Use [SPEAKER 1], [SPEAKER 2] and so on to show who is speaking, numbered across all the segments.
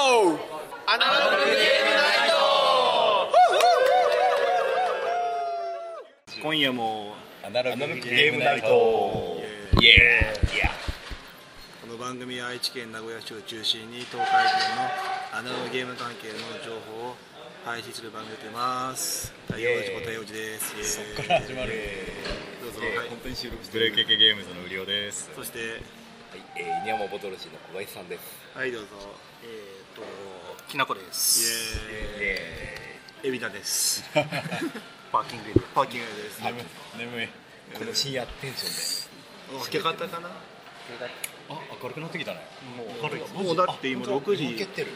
[SPEAKER 1] アナログゲームナイ
[SPEAKER 2] 今夜も
[SPEAKER 3] アナログゲームナイトイエーイ
[SPEAKER 2] この番組は愛知県名古屋市を中心に東海圏のアナログゲーム関係の情報を配信する番組でます太陽寺小太陽寺ですイエーイ
[SPEAKER 3] そっから始まる
[SPEAKER 2] どうぞ、はい
[SPEAKER 3] 本当に収録し
[SPEAKER 4] ブ
[SPEAKER 3] て
[SPEAKER 4] レ
[SPEAKER 3] る
[SPEAKER 4] ーキ系ゲームズの無料です。
[SPEAKER 2] そして
[SPEAKER 3] はい、えー、稲山ボトル氏の小林さんです
[SPEAKER 2] はいどうぞ
[SPEAKER 5] えー、ときなこです
[SPEAKER 2] イエーイエ
[SPEAKER 3] イエ
[SPEAKER 2] ビナです
[SPEAKER 5] パーキングエリ
[SPEAKER 2] パーキングです
[SPEAKER 4] 眠い眠い。
[SPEAKER 3] ーイこの深夜テンショ
[SPEAKER 2] お明け方かな
[SPEAKER 4] あ明るくなってきたね。
[SPEAKER 5] ア軽い
[SPEAKER 2] もうだって今
[SPEAKER 3] あ本当
[SPEAKER 2] 6
[SPEAKER 3] だ
[SPEAKER 2] 時
[SPEAKER 3] もう蹴ってる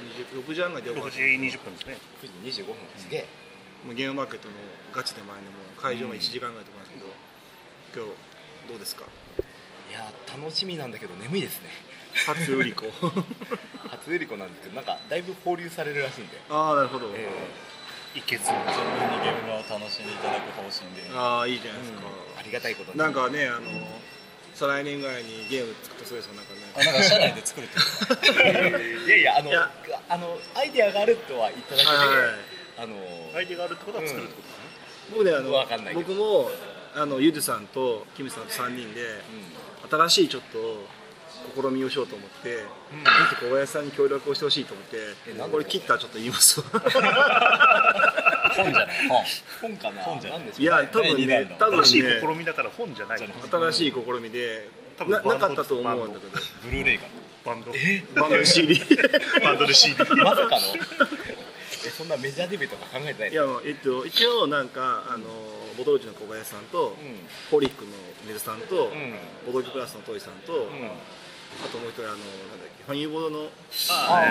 [SPEAKER 2] 20 6時半が出ようか
[SPEAKER 5] 6時20分ですね
[SPEAKER 3] ンで9時25分すげえ
[SPEAKER 2] もうゲームマーケットのガチで前のもう会場まで1時間ぐらいとかなんですけど、今日どうですか
[SPEAKER 3] いやー楽しみなんだけど眠いですね
[SPEAKER 2] 初売り 子
[SPEAKER 3] 初売り子なんですけどなんかだいぶ放流されるらしいんで
[SPEAKER 2] ああなるほど、
[SPEAKER 3] え
[SPEAKER 5] いけず
[SPEAKER 4] 存分にゲームを楽しんでいただく方針で。
[SPEAKER 2] ああいいじゃないですか、
[SPEAKER 3] ー、ありがたいことに
[SPEAKER 2] なんかねあの再来年ぐらいにゲーム作ったそうですよなんかね
[SPEAKER 4] あなんか社内で作るって。
[SPEAKER 3] いやいやあの
[SPEAKER 2] いや
[SPEAKER 3] あのアイディアがあるとは言っただけで、
[SPEAKER 2] はいはいはい
[SPEAKER 3] あの
[SPEAKER 5] アイデアがあるってことは作るってことですね、
[SPEAKER 2] 僕ねあの
[SPEAKER 3] わかんないけど
[SPEAKER 2] 僕もあのゆずさんとキムさんと3人で、新しいちょっと試みをしようと思って、ぜひ小林さんに協力をしてほしいと思って
[SPEAKER 3] えなんで
[SPEAKER 2] これ切ったらちょっと言います わ
[SPEAKER 4] 本じゃない。本。
[SPEAKER 3] 本かな
[SPEAKER 4] 本じゃん
[SPEAKER 3] なんでしょう
[SPEAKER 2] いや多分
[SPEAKER 4] 第二弾
[SPEAKER 2] ね
[SPEAKER 4] の
[SPEAKER 2] 多分ね
[SPEAKER 5] 新しい試みだから本じゃない
[SPEAKER 4] じゃない
[SPEAKER 2] 新しい試みで
[SPEAKER 5] 多分
[SPEAKER 2] なな
[SPEAKER 5] バンド
[SPEAKER 2] かったと思うんだけ
[SPEAKER 4] ブルーレイが。
[SPEAKER 5] バンド
[SPEAKER 2] どバンドの CD
[SPEAKER 5] バンドで CD
[SPEAKER 3] まさかのえそんなメジャーデビューとか考えてない
[SPEAKER 2] いやもう、えっと、一応なんかあのボトルチの小林さんと、
[SPEAKER 3] うん
[SPEAKER 2] ホリックのネズさんと、
[SPEAKER 3] ん
[SPEAKER 2] ボトルチプラスのトイさんと、
[SPEAKER 3] うん
[SPEAKER 2] あともう一人あのなんだっけファニーボードの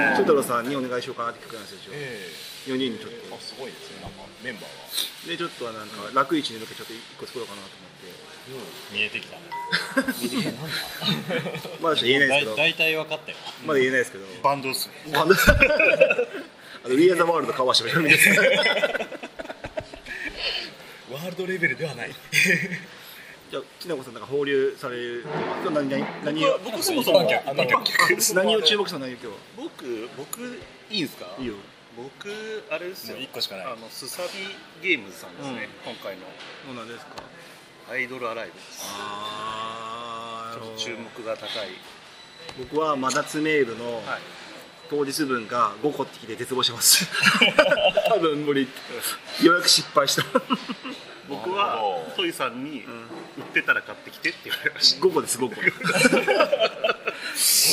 [SPEAKER 2] 中太郎さんにお願いしようかなって曲なんですよ、
[SPEAKER 3] え
[SPEAKER 2] 4人にちょっ
[SPEAKER 3] えあすごいですねなんかメンバーは
[SPEAKER 2] とでちょっとはなんか楽市に向けてちょっと1個作ろうかなと
[SPEAKER 4] 見えてきたね。
[SPEAKER 2] 思 ってまだちょっと言えないですけ
[SPEAKER 4] だ
[SPEAKER 2] ど
[SPEAKER 4] 大体分かったよ。
[SPEAKER 2] まだ言えないですけど
[SPEAKER 5] バンドっすね
[SPEAKER 2] あの あの「We Are the World」の川島ひろみです
[SPEAKER 3] ワールドレベルではない
[SPEAKER 2] じゃあきなこさんなんか放流される今日何何何を
[SPEAKER 5] 僕そもそも
[SPEAKER 4] 一般客
[SPEAKER 5] 一般客
[SPEAKER 2] 何を注目したの何を今
[SPEAKER 5] 僕僕いいんですか
[SPEAKER 2] 日いいよ
[SPEAKER 5] 僕あれですよ
[SPEAKER 4] もう一個しかない
[SPEAKER 5] あのスサビゲームズさんですね、今回の
[SPEAKER 2] もう何ですか
[SPEAKER 5] アイドルアライブです
[SPEAKER 2] あ
[SPEAKER 5] ちょっと
[SPEAKER 2] ー
[SPEAKER 5] 注目が高い、
[SPEAKER 2] 僕は真夏メールの
[SPEAKER 5] はい、
[SPEAKER 2] 当日分が5個ってきて絶望してます 多分無理予約失敗した
[SPEAKER 5] 僕
[SPEAKER 4] なるほ
[SPEAKER 5] は
[SPEAKER 4] ど
[SPEAKER 5] トイさんに売ってたら買ってきてって言われました
[SPEAKER 2] 5個です5個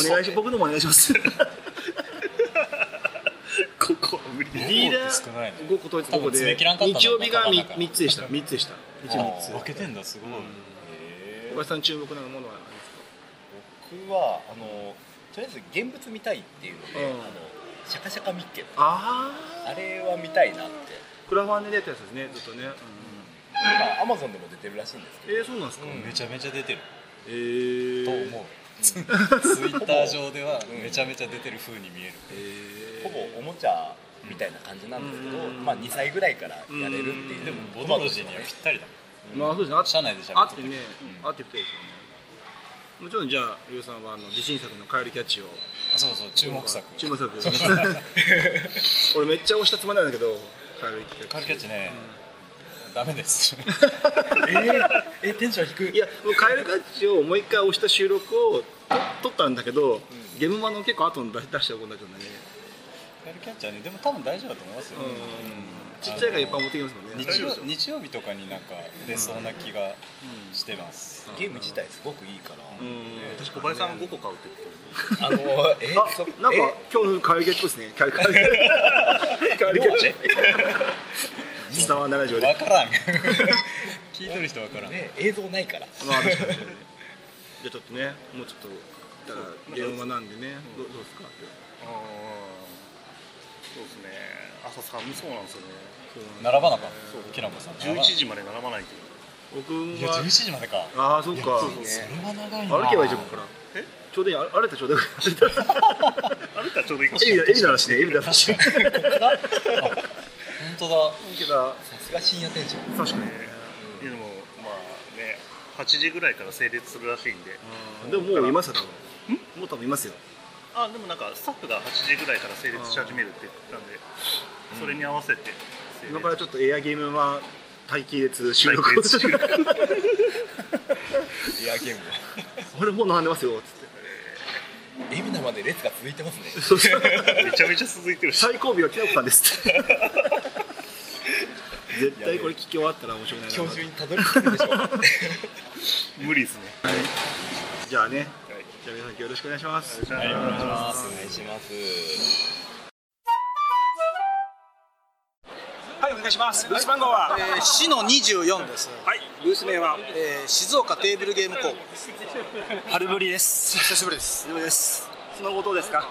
[SPEAKER 2] お願いし僕のもお願いします
[SPEAKER 5] ここは無理です
[SPEAKER 2] リーダ
[SPEAKER 4] 少ない
[SPEAKER 2] ー
[SPEAKER 4] ね
[SPEAKER 2] 5個統一5個
[SPEAKER 4] 多分詰
[SPEAKER 2] で
[SPEAKER 4] め切らんかったの
[SPEAKER 2] 日曜日が
[SPEAKER 4] なかなか
[SPEAKER 2] 3, つでした3つでした一応3つ
[SPEAKER 4] 分けてんだすごい。
[SPEAKER 2] 小林さん注目なものは何ですか
[SPEAKER 3] 僕はあのとりあえず現物見たいっていうので、
[SPEAKER 2] うん
[SPEAKER 3] あのシャカシャカミッケ
[SPEAKER 2] あ
[SPEAKER 3] あれは見たいなって
[SPEAKER 2] あクラファンで出たやつですねずっとね、
[SPEAKER 3] 今アマゾンでも出てるらしいんですけ
[SPEAKER 2] えー、そうなんですか、
[SPEAKER 3] うん
[SPEAKER 4] めちゃめちゃ出てる。
[SPEAKER 2] え
[SPEAKER 4] と
[SPEAKER 2] ー、
[SPEAKER 4] 思う。ツイッター上ではめちゃめちゃ出てる風に見える。
[SPEAKER 2] え
[SPEAKER 3] ど、ほぼおもちゃみたいな感じなんですけど、
[SPEAKER 2] うん
[SPEAKER 3] まあ2歳ぐらいからやれるっていう、
[SPEAKER 4] でもボトロジーにはぴったりだ。
[SPEAKER 2] ぼまあそうですねあ
[SPEAKER 4] 社内で
[SPEAKER 2] あ
[SPEAKER 4] 喋っ
[SPEAKER 2] ってて
[SPEAKER 4] た
[SPEAKER 2] ね、あってきてるでしょうねもちろんじゃあリオさんはあの自信作の「カエルキャッチ」を
[SPEAKER 4] あそうそう注目作。
[SPEAKER 2] 注目作俺めっちゃ押したつまんないんだけどカエルキャッチ
[SPEAKER 4] カルキャッチね。ダメです。
[SPEAKER 3] えテンション低い
[SPEAKER 2] いやもうカエルキャッチをもう一回押した収録をと撮ったんだけど、ゲームマの結構後に出出しておくんだけどね、
[SPEAKER 4] カルキャッチはねでも多分大丈夫だと思いますよ。
[SPEAKER 2] ちっちゃいからいっぱい持ってきますもんね
[SPEAKER 4] 日曜日曜日とかになんか出そうな気がしてます、
[SPEAKER 3] ゲーム自体すごくいいから、
[SPEAKER 2] うん
[SPEAKER 5] 小林さんは5個買うって言ってる
[SPEAKER 3] あのえ
[SPEAKER 2] あ
[SPEAKER 3] そ
[SPEAKER 2] なん
[SPEAKER 3] え
[SPEAKER 2] か今日のカエルキャッチっぽいですねカエルキャッチカエルキャッチスタワー7条で
[SPEAKER 4] わからん聞いとる人わからん、
[SPEAKER 3] ね映像ないから
[SPEAKER 2] まあ確かにねじゃあちょっとねもうちょっとだからゲームマなんでねどうどうですか
[SPEAKER 5] そうですね朝寒そうなんですよね
[SPEAKER 4] 並ばなかったきなこさん
[SPEAKER 5] 11
[SPEAKER 4] 時
[SPEAKER 5] 時まで並ばないという
[SPEAKER 2] 僕
[SPEAKER 4] いや
[SPEAKER 2] は
[SPEAKER 4] 11時までか
[SPEAKER 2] ああそっか
[SPEAKER 4] それは長いな
[SPEAKER 2] 歩けばいいじゃんここから
[SPEAKER 5] え
[SPEAKER 2] ちょうどいいあ歩いたらちょうどいい
[SPEAKER 5] あれたらちょうどいいかも
[SPEAKER 2] エ
[SPEAKER 5] し
[SPEAKER 2] ビ
[SPEAKER 5] れ
[SPEAKER 2] だ
[SPEAKER 5] な
[SPEAKER 2] エビだらしねエビだらし
[SPEAKER 4] 確かにここだあ本当だ
[SPEAKER 2] けど
[SPEAKER 3] さすが深夜テンション
[SPEAKER 2] 確かにね
[SPEAKER 5] いでもまあね8時ぐらいから整列するらしいんで
[SPEAKER 2] でももういますよ多分もう多分いますよ
[SPEAKER 5] あ
[SPEAKER 6] あでもなんかスタッフが8時ぐらいから整列し始めるって言ってたんでそれに合わせて整
[SPEAKER 2] 今から
[SPEAKER 6] 列
[SPEAKER 2] ちょっとエアゲームは待機列収録を
[SPEAKER 6] 待機列
[SPEAKER 7] エアゲーム
[SPEAKER 2] 俺もう並んでますよっつって
[SPEAKER 7] で海老名まで列が続いてますね
[SPEAKER 2] そうそう
[SPEAKER 6] めちゃめちゃ続いてるし
[SPEAKER 2] 最後尾はきなこさん ですって絶対これ聞き終わったら面白くないな
[SPEAKER 7] 今日中にたどり着くんでしょう
[SPEAKER 6] 無理ですね
[SPEAKER 2] じゃあねじゃあ皆さんよろしくお願いします
[SPEAKER 6] お願いし
[SPEAKER 7] お
[SPEAKER 6] ま
[SPEAKER 7] 願いします
[SPEAKER 5] はい、お願いします。ブース番号は、えー、市の二十四です。はい、ブース名は、えー、静岡テーブルゲーム工房です。 春ぶりです。久しぶりです。久しぶりです。
[SPEAKER 6] すそのことですか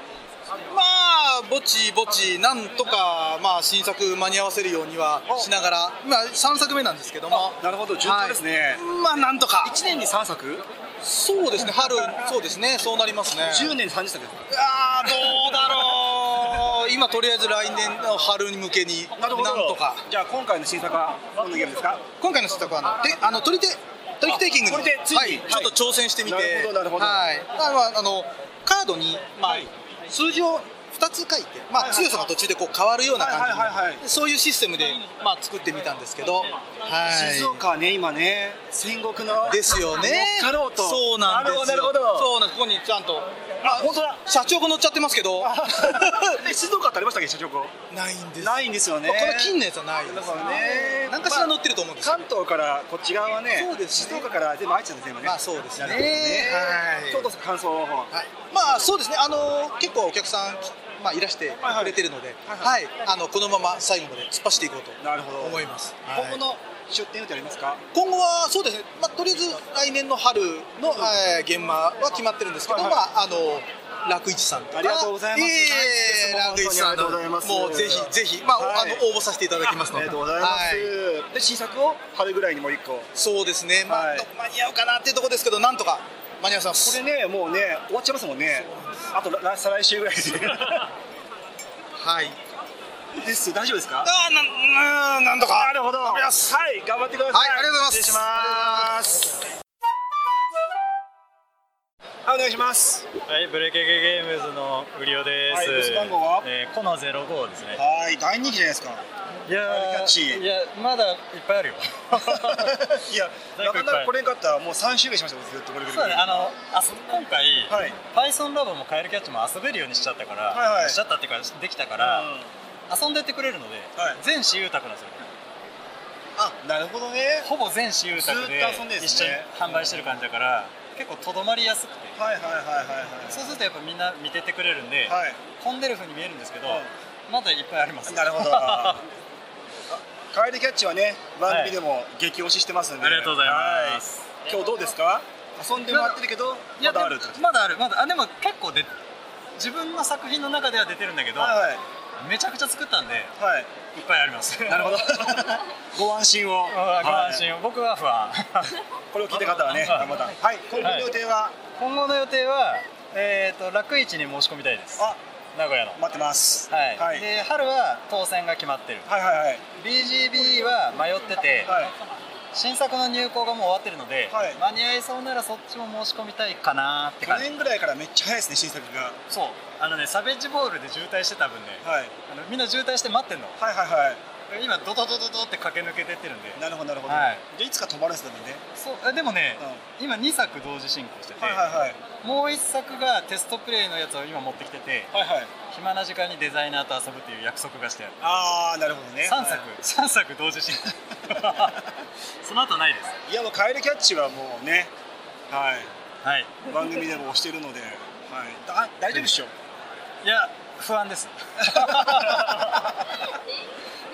[SPEAKER 5] まあ、ぼちぼち、なんとか、まあ、新作間に合わせるようにはしながら、今三作目なんですけども。
[SPEAKER 2] なるほど
[SPEAKER 5] 順調です
[SPEAKER 2] ね
[SPEAKER 5] まあ、なんとか。
[SPEAKER 2] 1年に3作
[SPEAKER 5] そうですね、春、そうですね、そうなりますね。
[SPEAKER 2] 10年30作
[SPEAKER 5] ああ、どうだろう。今とりあえず来年の春に向けに、なんとか。
[SPEAKER 2] じゃあ今回の新作はどんなゲームですか
[SPEAKER 5] 今回の施策はあのであの取り手取り手テイキングに
[SPEAKER 2] 取り手ついに
[SPEAKER 5] はい
[SPEAKER 2] はい
[SPEAKER 5] ちょっと挑戦してみて
[SPEAKER 2] なるほどなるほど
[SPEAKER 5] はいまあまああのカードにまあ、数字を2つ書いて、まあ強さが途中でこう変わるような感じに、
[SPEAKER 2] はいはいはいはい
[SPEAKER 5] そういうシステムで、まあ、作ってみたんですけど、はい、
[SPEAKER 2] 静岡はね今ね戦国の
[SPEAKER 5] ですよね
[SPEAKER 2] 乗っかろうと
[SPEAKER 5] そうなんですよ
[SPEAKER 2] なるほどなるほど
[SPEAKER 5] そうなんですここにちゃんと
[SPEAKER 2] あ本当だ
[SPEAKER 5] 社長が乗っちゃってますけど
[SPEAKER 2] え静岡ってありましたっけ社長こ
[SPEAKER 5] ないんです
[SPEAKER 2] ないんですよね
[SPEAKER 5] まあこの金のやつはないです
[SPEAKER 2] だからね
[SPEAKER 5] 何かしら乗ってると思うんですよ
[SPEAKER 2] 関東からこっち側はね
[SPEAKER 5] そうですね
[SPEAKER 2] 静岡から全部愛知なんですね今ね
[SPEAKER 5] まあそうですね
[SPEAKER 2] なるほど
[SPEAKER 5] はい
[SPEAKER 2] ちょっと感想を
[SPEAKER 5] はい、まあそうですね、あの結構お客さん、まあ、いらしてくれてるので、はいあのこのまま最後まで突っ走っていこうと
[SPEAKER 2] なるほど
[SPEAKER 5] 思います。
[SPEAKER 2] 今後
[SPEAKER 5] はい
[SPEAKER 2] の出店予定ありますか
[SPEAKER 5] 今後はそうですね、まあ、とりあえず来年の春の、えー、現場は決まってるんですけど、
[SPEAKER 2] はいはい
[SPEAKER 5] まあ、あの楽市さんとか
[SPEAKER 2] ありがとうございます
[SPEAKER 5] ええ
[SPEAKER 2] ナ
[SPEAKER 5] 楽
[SPEAKER 2] イスです
[SPEAKER 5] 市さん
[SPEAKER 2] 本当にありがとうございます
[SPEAKER 5] もうぜひぜひ、まあ
[SPEAKER 2] はい
[SPEAKER 5] あの応募させていただきますの
[SPEAKER 2] あ
[SPEAKER 5] で
[SPEAKER 2] りがとうございます、
[SPEAKER 5] はい
[SPEAKER 2] で新作を春ぐらいにもう一個こ
[SPEAKER 5] そうですね、まあ
[SPEAKER 2] はい
[SPEAKER 5] どこ間に合うかなっていうところですけどなんとか間に合わせます
[SPEAKER 2] れねもうね終わっちゃいますもんねあと来再来週ぐらいで
[SPEAKER 5] はい
[SPEAKER 2] です大丈夫ですか
[SPEAKER 5] あーなんうんなんとか
[SPEAKER 2] なるほどはい頑張ってください
[SPEAKER 5] はいありがとうございます
[SPEAKER 2] 失礼しますはいお願いします
[SPEAKER 4] はい、ブレケゲゲームズのウリオです。
[SPEAKER 2] はいブス番号は
[SPEAKER 4] えーコナゼロ五ですね。
[SPEAKER 2] はい大人気じゃないですか
[SPEAKER 4] いや
[SPEAKER 2] あれキャッチー
[SPEAKER 4] いやまだいっぱいあるよ。
[SPEAKER 2] いや、なかなかこれんかったらもう3週目しましたもんずっとこれぐ
[SPEAKER 4] そうだね、
[SPEAKER 2] らい
[SPEAKER 4] あのあそ今回、
[SPEAKER 2] はい
[SPEAKER 4] Python ラボもカエルキャッチも遊べるようにしちゃったから、
[SPEAKER 2] はいはい
[SPEAKER 4] しちゃったっていうかできたから、
[SPEAKER 2] うん
[SPEAKER 4] 遊んでってくれるので、
[SPEAKER 2] はい
[SPEAKER 4] 全私有宅なんですよ。
[SPEAKER 2] あなるほどね
[SPEAKER 4] ほぼ全私有宅で
[SPEAKER 2] ずっと遊んでるんで
[SPEAKER 4] 一
[SPEAKER 2] す
[SPEAKER 4] 緒に
[SPEAKER 2] ね
[SPEAKER 4] 販売してる感じだから、結構とどまりやすくて。
[SPEAKER 2] はいはいはいはい
[SPEAKER 4] そうするとやっぱみんな見てってくれるんで、
[SPEAKER 2] はい
[SPEAKER 4] 混んでる風に見えるんですけど、
[SPEAKER 2] はい
[SPEAKER 4] まだいっぱいあります。
[SPEAKER 2] なるほどあカエルキャッチはね番組でも激推ししてますんで、
[SPEAKER 4] ありがとうございます
[SPEAKER 2] はい今日どうですか遊んでもらってるけど
[SPEAKER 4] い
[SPEAKER 2] ま
[SPEAKER 4] や
[SPEAKER 2] だある
[SPEAKER 4] で
[SPEAKER 2] って
[SPEAKER 4] も
[SPEAKER 2] こと
[SPEAKER 4] まだあるまだあでも結構で 自分の作品の中では出てるんだけど、
[SPEAKER 2] はい
[SPEAKER 4] めちゃくちゃ作ったんでいっ
[SPEAKER 2] はいはい
[SPEAKER 4] ぱいあります
[SPEAKER 2] なるほ どご安心を
[SPEAKER 4] あご安心
[SPEAKER 2] はい
[SPEAKER 4] を、僕は不安
[SPEAKER 2] これを聞いた方はね
[SPEAKER 4] はい
[SPEAKER 2] またはい今後の予定は、
[SPEAKER 4] 今後の予定はえっ、と楽市に申し込みたいです
[SPEAKER 2] あ
[SPEAKER 4] 名古屋の
[SPEAKER 2] 待ってます
[SPEAKER 4] はい、
[SPEAKER 2] はい
[SPEAKER 4] で春は当選が決まってる
[SPEAKER 2] はいはいはい
[SPEAKER 4] BGB は迷ってて、
[SPEAKER 2] はい
[SPEAKER 4] 新作の入稿がもう終わってるので、
[SPEAKER 2] はい
[SPEAKER 4] 間に合いそうならそっちも申し込みたいかなって
[SPEAKER 2] 去
[SPEAKER 4] 感じ
[SPEAKER 2] 年ぐらいからめっちゃ早いですね新作が
[SPEAKER 4] そうあのねサベッジボールで渋滞してた分ね、
[SPEAKER 2] はい
[SPEAKER 4] あのみんな渋滞して待ってんの
[SPEAKER 2] はいはいは
[SPEAKER 4] 今ドドドドドって駆け抜けてってるんで
[SPEAKER 2] いなるほどなるほど、
[SPEAKER 4] はい
[SPEAKER 2] でいつか止まるんですよね
[SPEAKER 4] そうあでもね、今2作同時進行してて、
[SPEAKER 2] はいはいはい
[SPEAKER 4] もう1作がテストプレイのやつを今持ってきてて
[SPEAKER 2] はいはい
[SPEAKER 4] 暇な時間にデザイナーと遊ぶっていう約束がしてある
[SPEAKER 2] ああなるほどね
[SPEAKER 4] 3
[SPEAKER 2] はい
[SPEAKER 4] 作、三作同時進行その後ないです
[SPEAKER 2] いやもうカエルキャッチはもうね、はい、
[SPEAKER 4] はい
[SPEAKER 2] 番組でも推してるので、はい、だ大丈夫でしょ。
[SPEAKER 4] いや不安です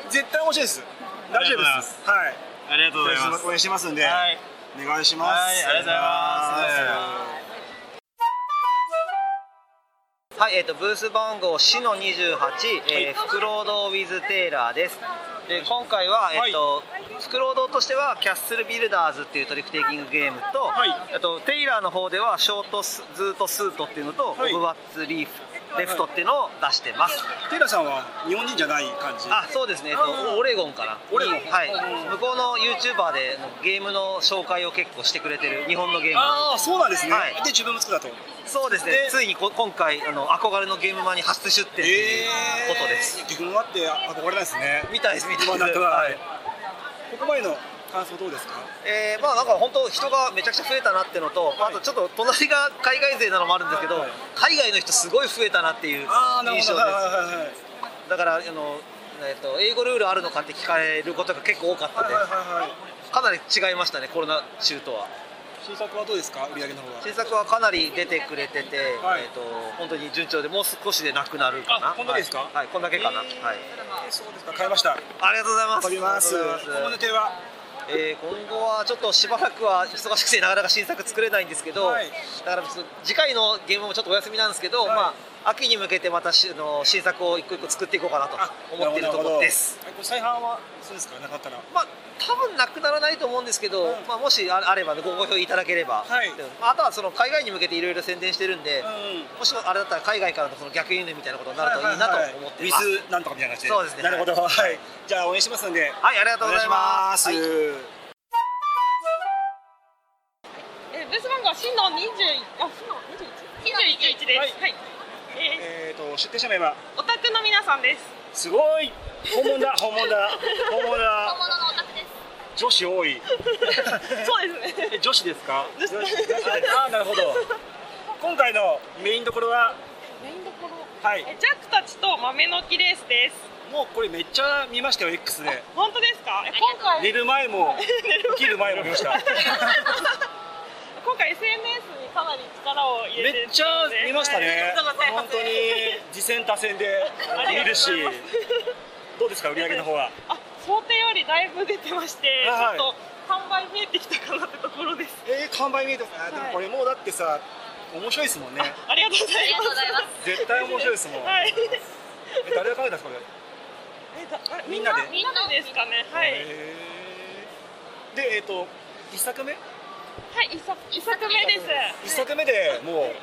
[SPEAKER 2] 絶対面白いです。大丈夫
[SPEAKER 4] ありがとうご
[SPEAKER 2] で
[SPEAKER 4] ざいますす。
[SPEAKER 2] はい。
[SPEAKER 4] ありがとうございま
[SPEAKER 2] 応援しますんで、
[SPEAKER 4] すはい
[SPEAKER 2] お願いします。
[SPEAKER 4] はいありがとうござい
[SPEAKER 8] はい、えっ、とブース番号市の28、えー、フクロードウィズテイラーです。で今回はえっ、と、フクロードとしてはキャッスルビルダーズっていうトリックテイキングゲームと、あとテイラーの方ではショートスズートスートっていうのと、オブワッツリーフ。レフトっていうのを出してます
[SPEAKER 2] テイラさんは日本人じゃない感じ
[SPEAKER 8] あそうですね、えっと、オレゴンから
[SPEAKER 2] オレゴン
[SPEAKER 8] はい、向こうの YouTuber でゲームの紹介を結構してくれてる日本のゲーム
[SPEAKER 2] ああそうなんですね、
[SPEAKER 8] はい
[SPEAKER 2] で自分も作ったと
[SPEAKER 8] そうですね
[SPEAKER 2] で
[SPEAKER 8] ついにこ今回あの憧れのゲームマンに初出店ということです、
[SPEAKER 2] えー、自分はって憧れないですね
[SPEAKER 8] みたいですみたいです
[SPEAKER 2] 今なったら
[SPEAKER 8] は
[SPEAKER 2] はい
[SPEAKER 8] い
[SPEAKER 2] ここまでの感想どうですか
[SPEAKER 8] えーまあなんか本当人がめちゃくちゃ増えたなってのと、まああとちょっと隣が海外勢なのもあるんですけど、
[SPEAKER 2] はい
[SPEAKER 8] 海外の人すごい増えたなっていう印象で
[SPEAKER 2] はいはいはいはい
[SPEAKER 8] すだからあの、えっと英語ルールあるのかって聞かれることが結構多かったんで
[SPEAKER 2] はいはいはい
[SPEAKER 8] かなり違いましたねコロナ中とは
[SPEAKER 2] 新作はどうですか売り上げの方は
[SPEAKER 8] 新作はかなり出てくれてて、
[SPEAKER 2] はい
[SPEAKER 8] えっと本当に順調でもう少しでなくなるかな
[SPEAKER 2] あこんだけですか
[SPEAKER 8] はい、はいこんだけかな、はい、
[SPEAKER 2] そうですか買いました
[SPEAKER 8] ありがとうございます
[SPEAKER 2] 食べます
[SPEAKER 8] ありがとうござ
[SPEAKER 2] 今後
[SPEAKER 8] い
[SPEAKER 2] の
[SPEAKER 8] ま
[SPEAKER 2] 予定は
[SPEAKER 8] えー今後はちょっとしばらくは忙しくてなかなか新作作れないんですけど、
[SPEAKER 2] はい
[SPEAKER 8] だからちょっと次回のゲームもちょっとお休みなんですけど、まあ、秋に向けてまたしあの新作を一個一個作っていこうかなと思っているところです。
[SPEAKER 2] なるほどなるほどえこれ再販はそうですかなかったら
[SPEAKER 8] まあ多分なくならないと思うんですけど、まあ、もしああれば、ね、ご好評いただければ、
[SPEAKER 2] はい
[SPEAKER 8] うんまああとはその海外に向けていろいろ宣伝してるんで、
[SPEAKER 2] うん
[SPEAKER 8] もしあれだったら海外からのその逆輸入みたいなことになるといいなと思ってます。
[SPEAKER 2] ウィズなんとかみたいな感じで
[SPEAKER 8] そうですね
[SPEAKER 2] なるほどはいじゃあ応援しますんで
[SPEAKER 8] はい、ありがとうございます。
[SPEAKER 2] お願いし
[SPEAKER 8] はい
[SPEAKER 2] ます
[SPEAKER 9] えーブース番号は真の二十あ真の二十一です。はい。
[SPEAKER 2] え
[SPEAKER 9] えー
[SPEAKER 2] っと出店者名は
[SPEAKER 9] オタクの皆さんです。
[SPEAKER 2] すごい本物 だ本物だ本物だ
[SPEAKER 9] 物のオタクです。
[SPEAKER 2] 女子多 い
[SPEAKER 9] そうですね。
[SPEAKER 2] え女子ですか女子ああなるほど今回のメインどころは
[SPEAKER 9] メインどころ。
[SPEAKER 2] はい
[SPEAKER 9] えジャックたちと豆の木レースです。
[SPEAKER 2] もうこれめっちゃ見ましたよ X で
[SPEAKER 9] 本当ですか？え今回
[SPEAKER 2] 寝る前も起きる前も見ました
[SPEAKER 9] 今回 SNS にかなり力を入
[SPEAKER 2] め
[SPEAKER 9] れ
[SPEAKER 2] ってちゃ見ましたね
[SPEAKER 9] はいありがとうございます
[SPEAKER 2] 本当に次戦多戦で見るし
[SPEAKER 9] ありがとうござい
[SPEAKER 2] どうですか売り上げの方は
[SPEAKER 9] ます。あ想定よりだいぶ出てまして、
[SPEAKER 2] はい
[SPEAKER 9] ちょっと販売見えてきたかなってところです。
[SPEAKER 2] えー、完売見えてますあでもこれもうだってさ面白いですもんね
[SPEAKER 9] ありがとうございます。
[SPEAKER 2] 絶対面白いですもん、
[SPEAKER 9] はい。
[SPEAKER 2] え誰が考えたんですかこれ
[SPEAKER 9] えだあれ
[SPEAKER 2] みんなで
[SPEAKER 9] みんなでですかね。はい。
[SPEAKER 2] へーでえっ、と一作目
[SPEAKER 9] はい、一作一作目です。
[SPEAKER 2] 一作目でもう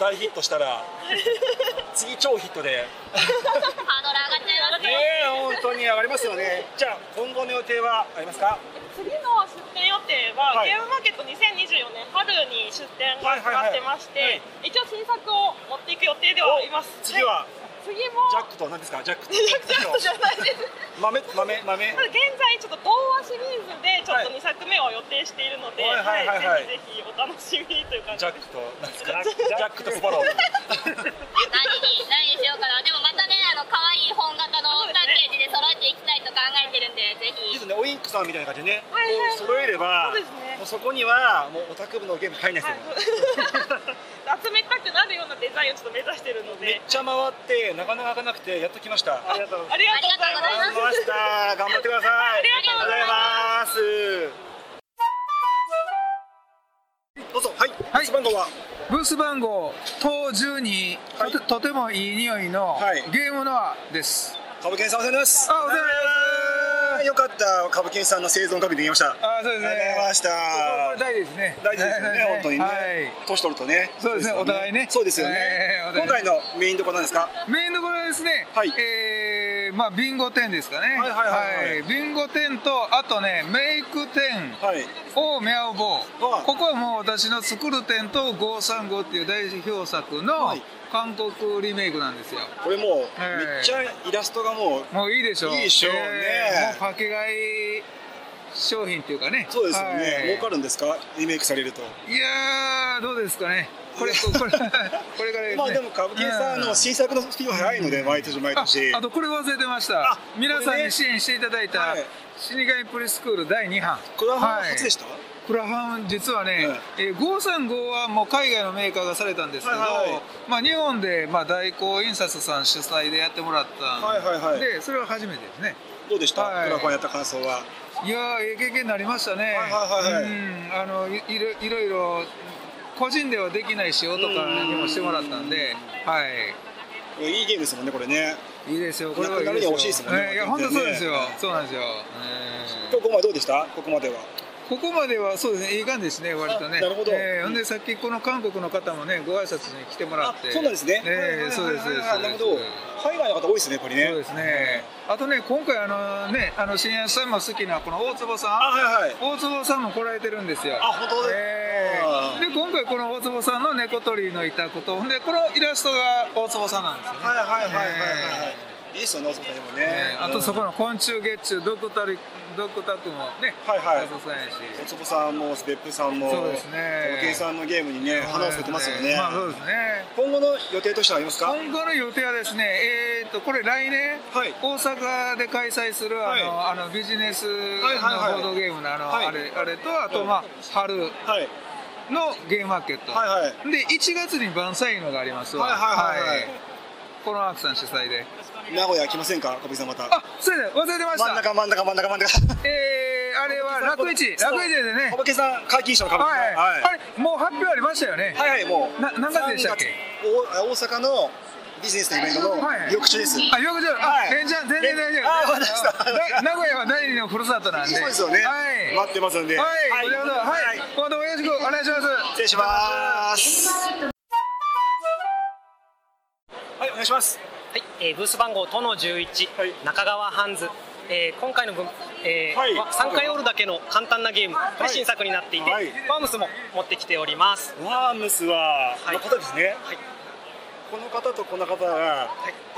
[SPEAKER 2] 大ヒットしたら次超ヒットで
[SPEAKER 9] ハードル上がっちゃいます。
[SPEAKER 2] ねえ本当に上がりますよねじゃあ今後の予定はありますか
[SPEAKER 9] 次の出店予定は、
[SPEAKER 2] はい
[SPEAKER 9] ゲームマーケット2024年春に出店が決まってまして、
[SPEAKER 2] はいはい
[SPEAKER 9] 一応新作を持っていく予定ではいます。
[SPEAKER 2] 次は
[SPEAKER 9] 次
[SPEAKER 2] ジャ
[SPEAKER 9] も
[SPEAKER 2] ックと何ですかジャックと
[SPEAKER 9] じゃないです。
[SPEAKER 2] 豆豆豆
[SPEAKER 9] まだ現在ちょっと童話シリーズでちょっと
[SPEAKER 2] はい
[SPEAKER 9] 2作目を予定しているので、
[SPEAKER 2] はいはいはいはい
[SPEAKER 9] ぜひぜひお楽しみという感
[SPEAKER 2] ジ
[SPEAKER 9] じ
[SPEAKER 2] ャッ
[SPEAKER 9] で
[SPEAKER 2] ク
[SPEAKER 9] す。
[SPEAKER 2] と何ですかジャックとスパロー
[SPEAKER 10] 何に何にしようかなでもまたねあの可愛い本型のパッケージで揃えていきたいと考えてるんでぜ
[SPEAKER 2] いいで
[SPEAKER 10] ひ
[SPEAKER 2] すねオインクさんみたいな感じでね、
[SPEAKER 9] はいはいはい
[SPEAKER 2] こう揃えれば
[SPEAKER 9] そうですね
[SPEAKER 2] もうそこにはもうオタク部のゲーム入んないですよ
[SPEAKER 9] はい
[SPEAKER 2] ね、
[SPEAKER 9] 集めたくなるようなデザインをちょっと目指しているの
[SPEAKER 2] めっ
[SPEAKER 9] で、
[SPEAKER 2] ちゃ回ってなかなか開かなくてやっと来ましたありがとう
[SPEAKER 9] ありがとうございます。
[SPEAKER 2] ございました頑張ってくださいあ
[SPEAKER 9] りがとうござい
[SPEAKER 2] りがとうございますどうぞはい、
[SPEAKER 11] はい
[SPEAKER 2] 一番号は
[SPEAKER 11] ブース番号当12、
[SPEAKER 2] はい
[SPEAKER 11] とてとてもいい匂いの、
[SPEAKER 2] はい
[SPEAKER 11] ゲームノアです
[SPEAKER 2] 株券さんお世話になります
[SPEAKER 11] あお世話になります
[SPEAKER 2] よかった株券さんの生存確認できました
[SPEAKER 11] あそうですね
[SPEAKER 2] ありがとうございました
[SPEAKER 11] これ大事ですね
[SPEAKER 2] 大事ですよね、本当にね、
[SPEAKER 11] はい
[SPEAKER 2] 年取るとね、
[SPEAKER 11] そうですねお互いね
[SPEAKER 2] そうですよね、
[SPEAKER 11] えーお互い
[SPEAKER 2] 今 回のメインどころなんですか、
[SPEAKER 11] メインのころはですね、
[SPEAKER 2] はい
[SPEAKER 11] えーまあ、ビンゴ店ですかね、
[SPEAKER 2] はいはいはいはい
[SPEAKER 11] ビンゴ店と、あとね、メイク店、
[SPEAKER 2] はい、
[SPEAKER 11] オーミャオボ
[SPEAKER 2] はい
[SPEAKER 11] ー、ここはもう私の作る店と535っていう代表作の
[SPEAKER 2] はい
[SPEAKER 11] 韓国リメイクなんですよ。
[SPEAKER 2] これもう、
[SPEAKER 11] はい
[SPEAKER 2] めっちゃイラストがもう、
[SPEAKER 11] もういいでしょう。
[SPEAKER 2] いいでしょうね
[SPEAKER 11] もうかけがえ商品っていうかね。
[SPEAKER 2] そうですよね、
[SPEAKER 11] はい
[SPEAKER 2] 儲かるんですか、リメイクされると。
[SPEAKER 11] いやー、どうですかね。これ、これ、これからす ね
[SPEAKER 2] まあでも、歌舞伎さんの新作のスピード早いので、毎年毎
[SPEAKER 11] あ
[SPEAKER 2] 年。
[SPEAKER 11] あとこれ忘れてまし
[SPEAKER 2] あ
[SPEAKER 11] た
[SPEAKER 2] これね
[SPEAKER 11] 皆さんに支援していただいた
[SPEAKER 2] はい
[SPEAKER 11] 死神プリスクール第2版
[SPEAKER 2] クラファン初でしたた、
[SPEAKER 11] クラファン実はね、えー535はもう海外のメーカーがされたんですけど、
[SPEAKER 2] はいはい
[SPEAKER 11] まあ、日本で、まあ、大光印刷さん主催でやってもらったん
[SPEAKER 2] は
[SPEAKER 11] で、
[SPEAKER 2] いはいはい
[SPEAKER 11] それは初めてですね
[SPEAKER 2] どうでした、
[SPEAKER 11] はい
[SPEAKER 2] クラファンやった感想は。
[SPEAKER 11] いやーええ経験になりましたね、
[SPEAKER 2] はいはいはいはい
[SPEAKER 11] うんあのいいろいろいろ個人ではできない仕様とかにもしてもらったんで、はい、
[SPEAKER 2] いいゲームですもんね、これね。
[SPEAKER 11] いいですよ、これはいいで
[SPEAKER 2] な
[SPEAKER 11] す
[SPEAKER 2] くなるに
[SPEAKER 11] よ。
[SPEAKER 2] は惜しいですもんね
[SPEAKER 11] ええいや、
[SPEAKER 2] 本
[SPEAKER 11] 本
[SPEAKER 2] 当
[SPEAKER 11] 当
[SPEAKER 2] にね
[SPEAKER 11] そうですよ。そうなんですよ。
[SPEAKER 2] 今日ここまでどうでしたここまでは。
[SPEAKER 11] えここまではそうですね、いい感じですね、割とね。
[SPEAKER 2] あなるほど
[SPEAKER 11] えーほんで、さっきこの韓国の方もね、ご挨拶に来てもらって。
[SPEAKER 2] そうなんですね。はいはいはい
[SPEAKER 11] え
[SPEAKER 2] は
[SPEAKER 11] ー
[SPEAKER 2] い
[SPEAKER 11] そうです。そうです
[SPEAKER 2] なるほど。海外の方多いですね、やっぱりね。
[SPEAKER 11] そうですね。あとね、今回あのね、あの新谷さんも好きなこの大坪さん、大坪さんも来られてるんですよ。あ、。
[SPEAKER 2] 本当です
[SPEAKER 11] で今回この大坪さんの猫取りのいたこと、ほんでこのイラストが大坪さんなんですよね。
[SPEAKER 2] はいはいはいはい
[SPEAKER 11] えー
[SPEAKER 2] はい。いいですよね、大坪さんでもね。
[SPEAKER 11] あとそこの昆虫月中ドクタリドクタクもね、
[SPEAKER 2] はいはい。
[SPEAKER 11] 大坪さんやし。
[SPEAKER 2] 大坪さんも別府さんも、
[SPEAKER 11] そうですね
[SPEAKER 2] 小池さんのゲームにね、花を添えてますよね。
[SPEAKER 11] まあそうですね。
[SPEAKER 2] 今後の予定としてはありますか？
[SPEAKER 11] 今後の予定はですね、えー、とこれ来年、大阪で開催するあの、あのビジネスのボードゲームのあの、
[SPEAKER 2] はい
[SPEAKER 11] あれあれとあとまあ、春のゲームマーケット、で1月に万歳いうのがありますわ。
[SPEAKER 2] はいはいはいはい
[SPEAKER 11] このアークさん主催で。
[SPEAKER 2] 名古屋来ませんか、小木さんまた。
[SPEAKER 11] そうや忘れてまし
[SPEAKER 2] 真
[SPEAKER 11] た。
[SPEAKER 2] ん中真ん中真ん中真ん中。
[SPEAKER 11] えー、あれは楽市
[SPEAKER 2] そう
[SPEAKER 11] 楽市でね。
[SPEAKER 2] 小池さん皆勤賞の歌舞伎さん
[SPEAKER 11] はい、
[SPEAKER 2] はい
[SPEAKER 11] あれもう発表ありましたよね。
[SPEAKER 2] はいはいもう
[SPEAKER 11] な何月でしたっけ？
[SPEAKER 2] お大阪のビジネスのイベントの翌週です。
[SPEAKER 11] あ、翌週。
[SPEAKER 2] は
[SPEAKER 11] あ、
[SPEAKER 2] い
[SPEAKER 11] 全然全然大丈夫。
[SPEAKER 2] あわかりました
[SPEAKER 11] だ名古屋は第二の故郷なんで。
[SPEAKER 2] そうですよね
[SPEAKER 11] はい。
[SPEAKER 2] 待ってますんで
[SPEAKER 11] はい。
[SPEAKER 2] はい
[SPEAKER 11] こちらこそはい。今度もよろしくお願いします。
[SPEAKER 2] 失礼します。はい、お願いします。
[SPEAKER 7] はい、えーブース番号との11、中川ハンズ。えー今回の分、えー
[SPEAKER 12] はい
[SPEAKER 7] は3回折るだけの簡単なゲーム、これ新作になっていて、ワームスも持ってきております。ワームスは、はい、の方ですね。はい。
[SPEAKER 2] この方とこの方が、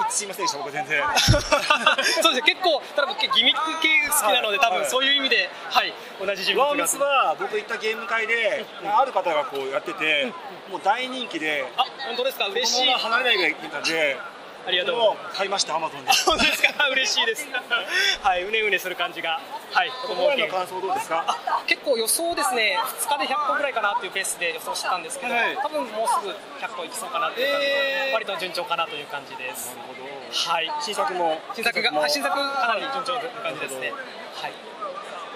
[SPEAKER 2] すいませんでした、僕全然。
[SPEAKER 7] そうですね、結構、ただ僕ギミック系好きなの
[SPEAKER 2] は
[SPEAKER 7] で、
[SPEAKER 2] い
[SPEAKER 7] 多分そういう意味で、はい、同じ人物
[SPEAKER 2] ワーム
[SPEAKER 7] が。
[SPEAKER 2] スは僕行ったゲーム会で、ある方がこうやってて、もう大人気で、
[SPEAKER 7] あ、本当ですか、嬉しい。
[SPEAKER 2] 子供が離れないぐらい行ったんで、
[SPEAKER 7] ありがとうございます
[SPEAKER 2] これを買いました、アマゾンで。
[SPEAKER 7] 本当ですか、 嬉しいです。はい、うねうねする感じが。はい、
[SPEAKER 2] ここまでの感想どうですか？
[SPEAKER 7] 結構予想ですね、2日で100個ぐらいかなっていうペースで予想してたんですけど、
[SPEAKER 2] はい
[SPEAKER 7] 多分もうすぐ100個いきそうかなという感じで、割と順調かなという感じです。はい、
[SPEAKER 2] 新作も
[SPEAKER 7] 新作が、あ新作かなり順調という感じですね。はい。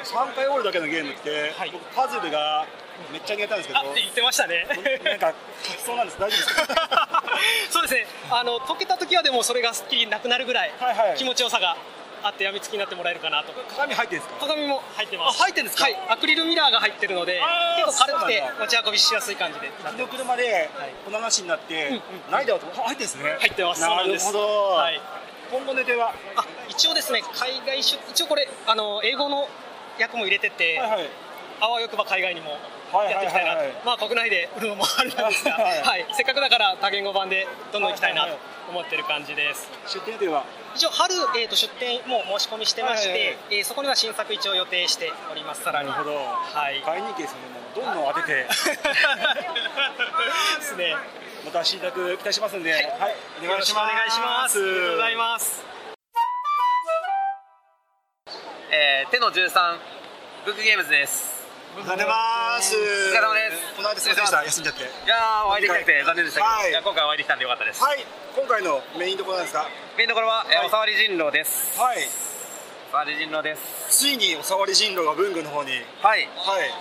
[SPEAKER 2] 三回折るだけのゲームって、僕パズルがめっちゃ苦手なんですけど、
[SPEAKER 7] 言ってましたね。
[SPEAKER 2] なんか書きそうなんです。大丈夫ですか？
[SPEAKER 7] そうですね。あの解けた時はでもそれがすっきりなくなるぐらい気持ちよさがあってやみつきになってもらえるかなと。鏡入ってんですか？鏡も入ってます。
[SPEAKER 2] あ入ってんですか
[SPEAKER 7] はい。アクリルミラーが入ってるので
[SPEAKER 2] あー
[SPEAKER 7] 結構軽くて
[SPEAKER 2] そうなんだ
[SPEAKER 7] 持ち運びしやすい感じで。
[SPEAKER 2] 昨日車でこの話になって、ないだろうと思ってあ入ってんですね。
[SPEAKER 7] 入ってます。
[SPEAKER 2] なるほど。
[SPEAKER 7] はい。今後の予定は？あ、一応ですね、海外出一応これあの英語の訳も入れてて、あわよくば海外にもやっていきたいなと。まあ国内で売るのもあるんですが、はい、せっかくだから多言語版でどんどん行きたいなと思ってる感じです。
[SPEAKER 2] 出店予定は
[SPEAKER 7] 一応春、えー、と出店もう申し込みしてまして、
[SPEAKER 2] はいはいはい
[SPEAKER 7] えーそこには新作一応予定しておりますさらに
[SPEAKER 2] なるほど
[SPEAKER 7] はい
[SPEAKER 2] 買いに行けですねもうどんどん当てて
[SPEAKER 7] ですね
[SPEAKER 2] また新作期待しますんで、はい、お願いします。
[SPEAKER 7] よろしくお願いしますありがとうございます。
[SPEAKER 3] えー、手の13ブックゲームズです
[SPEAKER 2] お疲れ様です。
[SPEAKER 3] お疲れ様です
[SPEAKER 2] この間すいませんでした。休んじゃって。
[SPEAKER 3] いやーお会いできなくて残念でしたけど、
[SPEAKER 2] はい
[SPEAKER 3] いや今回お会いできたんでよかったです、
[SPEAKER 2] はい。今回のメインどころなんですか。
[SPEAKER 3] メインどころは、えーおさわり人狼です
[SPEAKER 2] はい。
[SPEAKER 3] おさわり人狼で
[SPEAKER 2] つ
[SPEAKER 3] す
[SPEAKER 2] いにおさわり人狼が文具の方に。
[SPEAKER 3] はい、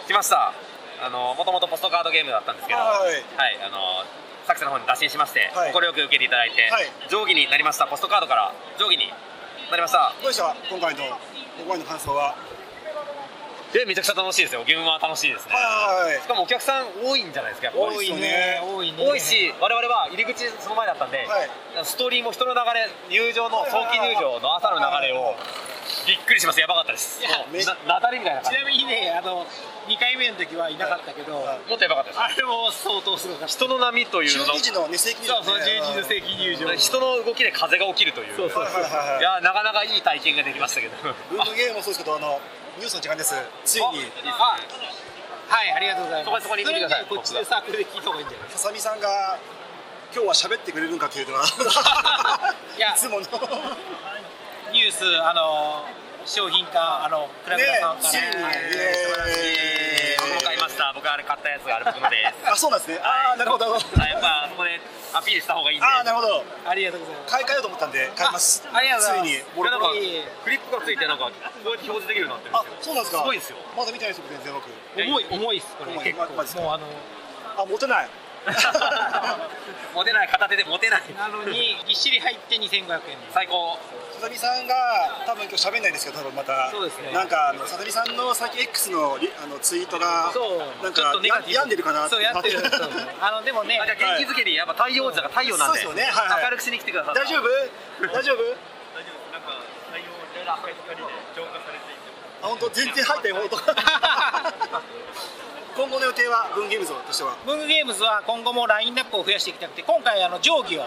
[SPEAKER 3] 来ましたあのもともとポストカードゲームだったんですけど、
[SPEAKER 2] はい
[SPEAKER 3] あの作者の方に打診しまして快、く受けていただいて、
[SPEAKER 2] はい
[SPEAKER 3] 定規になりましたポストカードから定規になりました
[SPEAKER 2] どうでした今回のここまでの感想は。
[SPEAKER 3] でめちゃくちゃ楽しいですよゲームは楽しいですねしかもお客さん多いんじゃないですかやっぱり
[SPEAKER 2] 多いね多いね
[SPEAKER 3] 多いし我々は入り口その前だったんで、ストーリーも人の流れ入場の早期入場の朝の流れをびっくりしましたやばかったです
[SPEAKER 12] いや
[SPEAKER 3] もうななだれみたいな
[SPEAKER 12] ち
[SPEAKER 3] 感じ
[SPEAKER 12] なみにね、あの2回目の時はいなかったけど、
[SPEAKER 3] もっとやばかったです
[SPEAKER 12] あれも相当すごかった。
[SPEAKER 3] 人の波というの
[SPEAKER 12] 12時のね正規入場ね
[SPEAKER 3] そうそう12時の正規入場人の動きで風が起きるという
[SPEAKER 2] そうそうはいはいはい
[SPEAKER 3] いやなかなかいい体験ができましたけど
[SPEAKER 2] 文具ゲームもそうですけど、あのニュースの時間です。ついに。
[SPEAKER 12] あはい、ありがとうございます。
[SPEAKER 2] そこにそこに見てください
[SPEAKER 12] それねこっちでさ、これで聞いた方がいいんじゃない
[SPEAKER 2] ささみさんが今日は喋ってくれるんかっていうのはいつもの
[SPEAKER 12] ニュース、あの商品化、あのクラブラさんから、
[SPEAKER 3] 僕も買いました僕あれ買ったやつがあれ僕のです
[SPEAKER 2] あそうなんですねああなるほどなるほど
[SPEAKER 3] あやっぱそこでアピールした方がいいんで
[SPEAKER 2] ああなるほど
[SPEAKER 12] ありがとうございます
[SPEAKER 2] 買い替えようと思ったんで買います
[SPEAKER 12] あありがとう ございます
[SPEAKER 2] ついにボロボロ
[SPEAKER 12] いえいえ
[SPEAKER 3] フリップがついてなんかこうやって表示できるようになってるんですよ
[SPEAKER 2] そうなんですか
[SPEAKER 3] すごいですよ
[SPEAKER 2] まだ見てないですよ全然僕
[SPEAKER 12] 重い重いっすこれ
[SPEAKER 2] 重い
[SPEAKER 12] 結構
[SPEAKER 2] ままず
[SPEAKER 12] もうあの
[SPEAKER 2] あ持てない
[SPEAKER 3] 持てない片手で持てない
[SPEAKER 7] なのにぎっしり入って2500円
[SPEAKER 3] 最高
[SPEAKER 2] さとみさんが多分今日喋んないですけど多分また
[SPEAKER 7] そうですね
[SPEAKER 2] なんかあのさとみさんの最近 X のリあのツイートが
[SPEAKER 7] そう
[SPEAKER 2] なん
[SPEAKER 7] ちょっ
[SPEAKER 2] か
[SPEAKER 7] とネガ
[SPEAKER 2] や
[SPEAKER 7] ティブ
[SPEAKER 2] 病んでるかな
[SPEAKER 7] そう病んでるそうあのでもね
[SPEAKER 3] あじゃあ元気づけにやっぱ太陽王子だから太陽なんで
[SPEAKER 2] そうですよねはいはい
[SPEAKER 3] 明るくしに来てくださった
[SPEAKER 2] 大 丈夫大丈夫
[SPEAKER 13] なんか内容いろいろ赤い光で浄化されていて
[SPEAKER 2] あ本当全然入ったよ本当今後の予定は文ゲームズとしては
[SPEAKER 7] 文具ゲームズは今後もラインナップを増やしていきたくて今回あの定規を、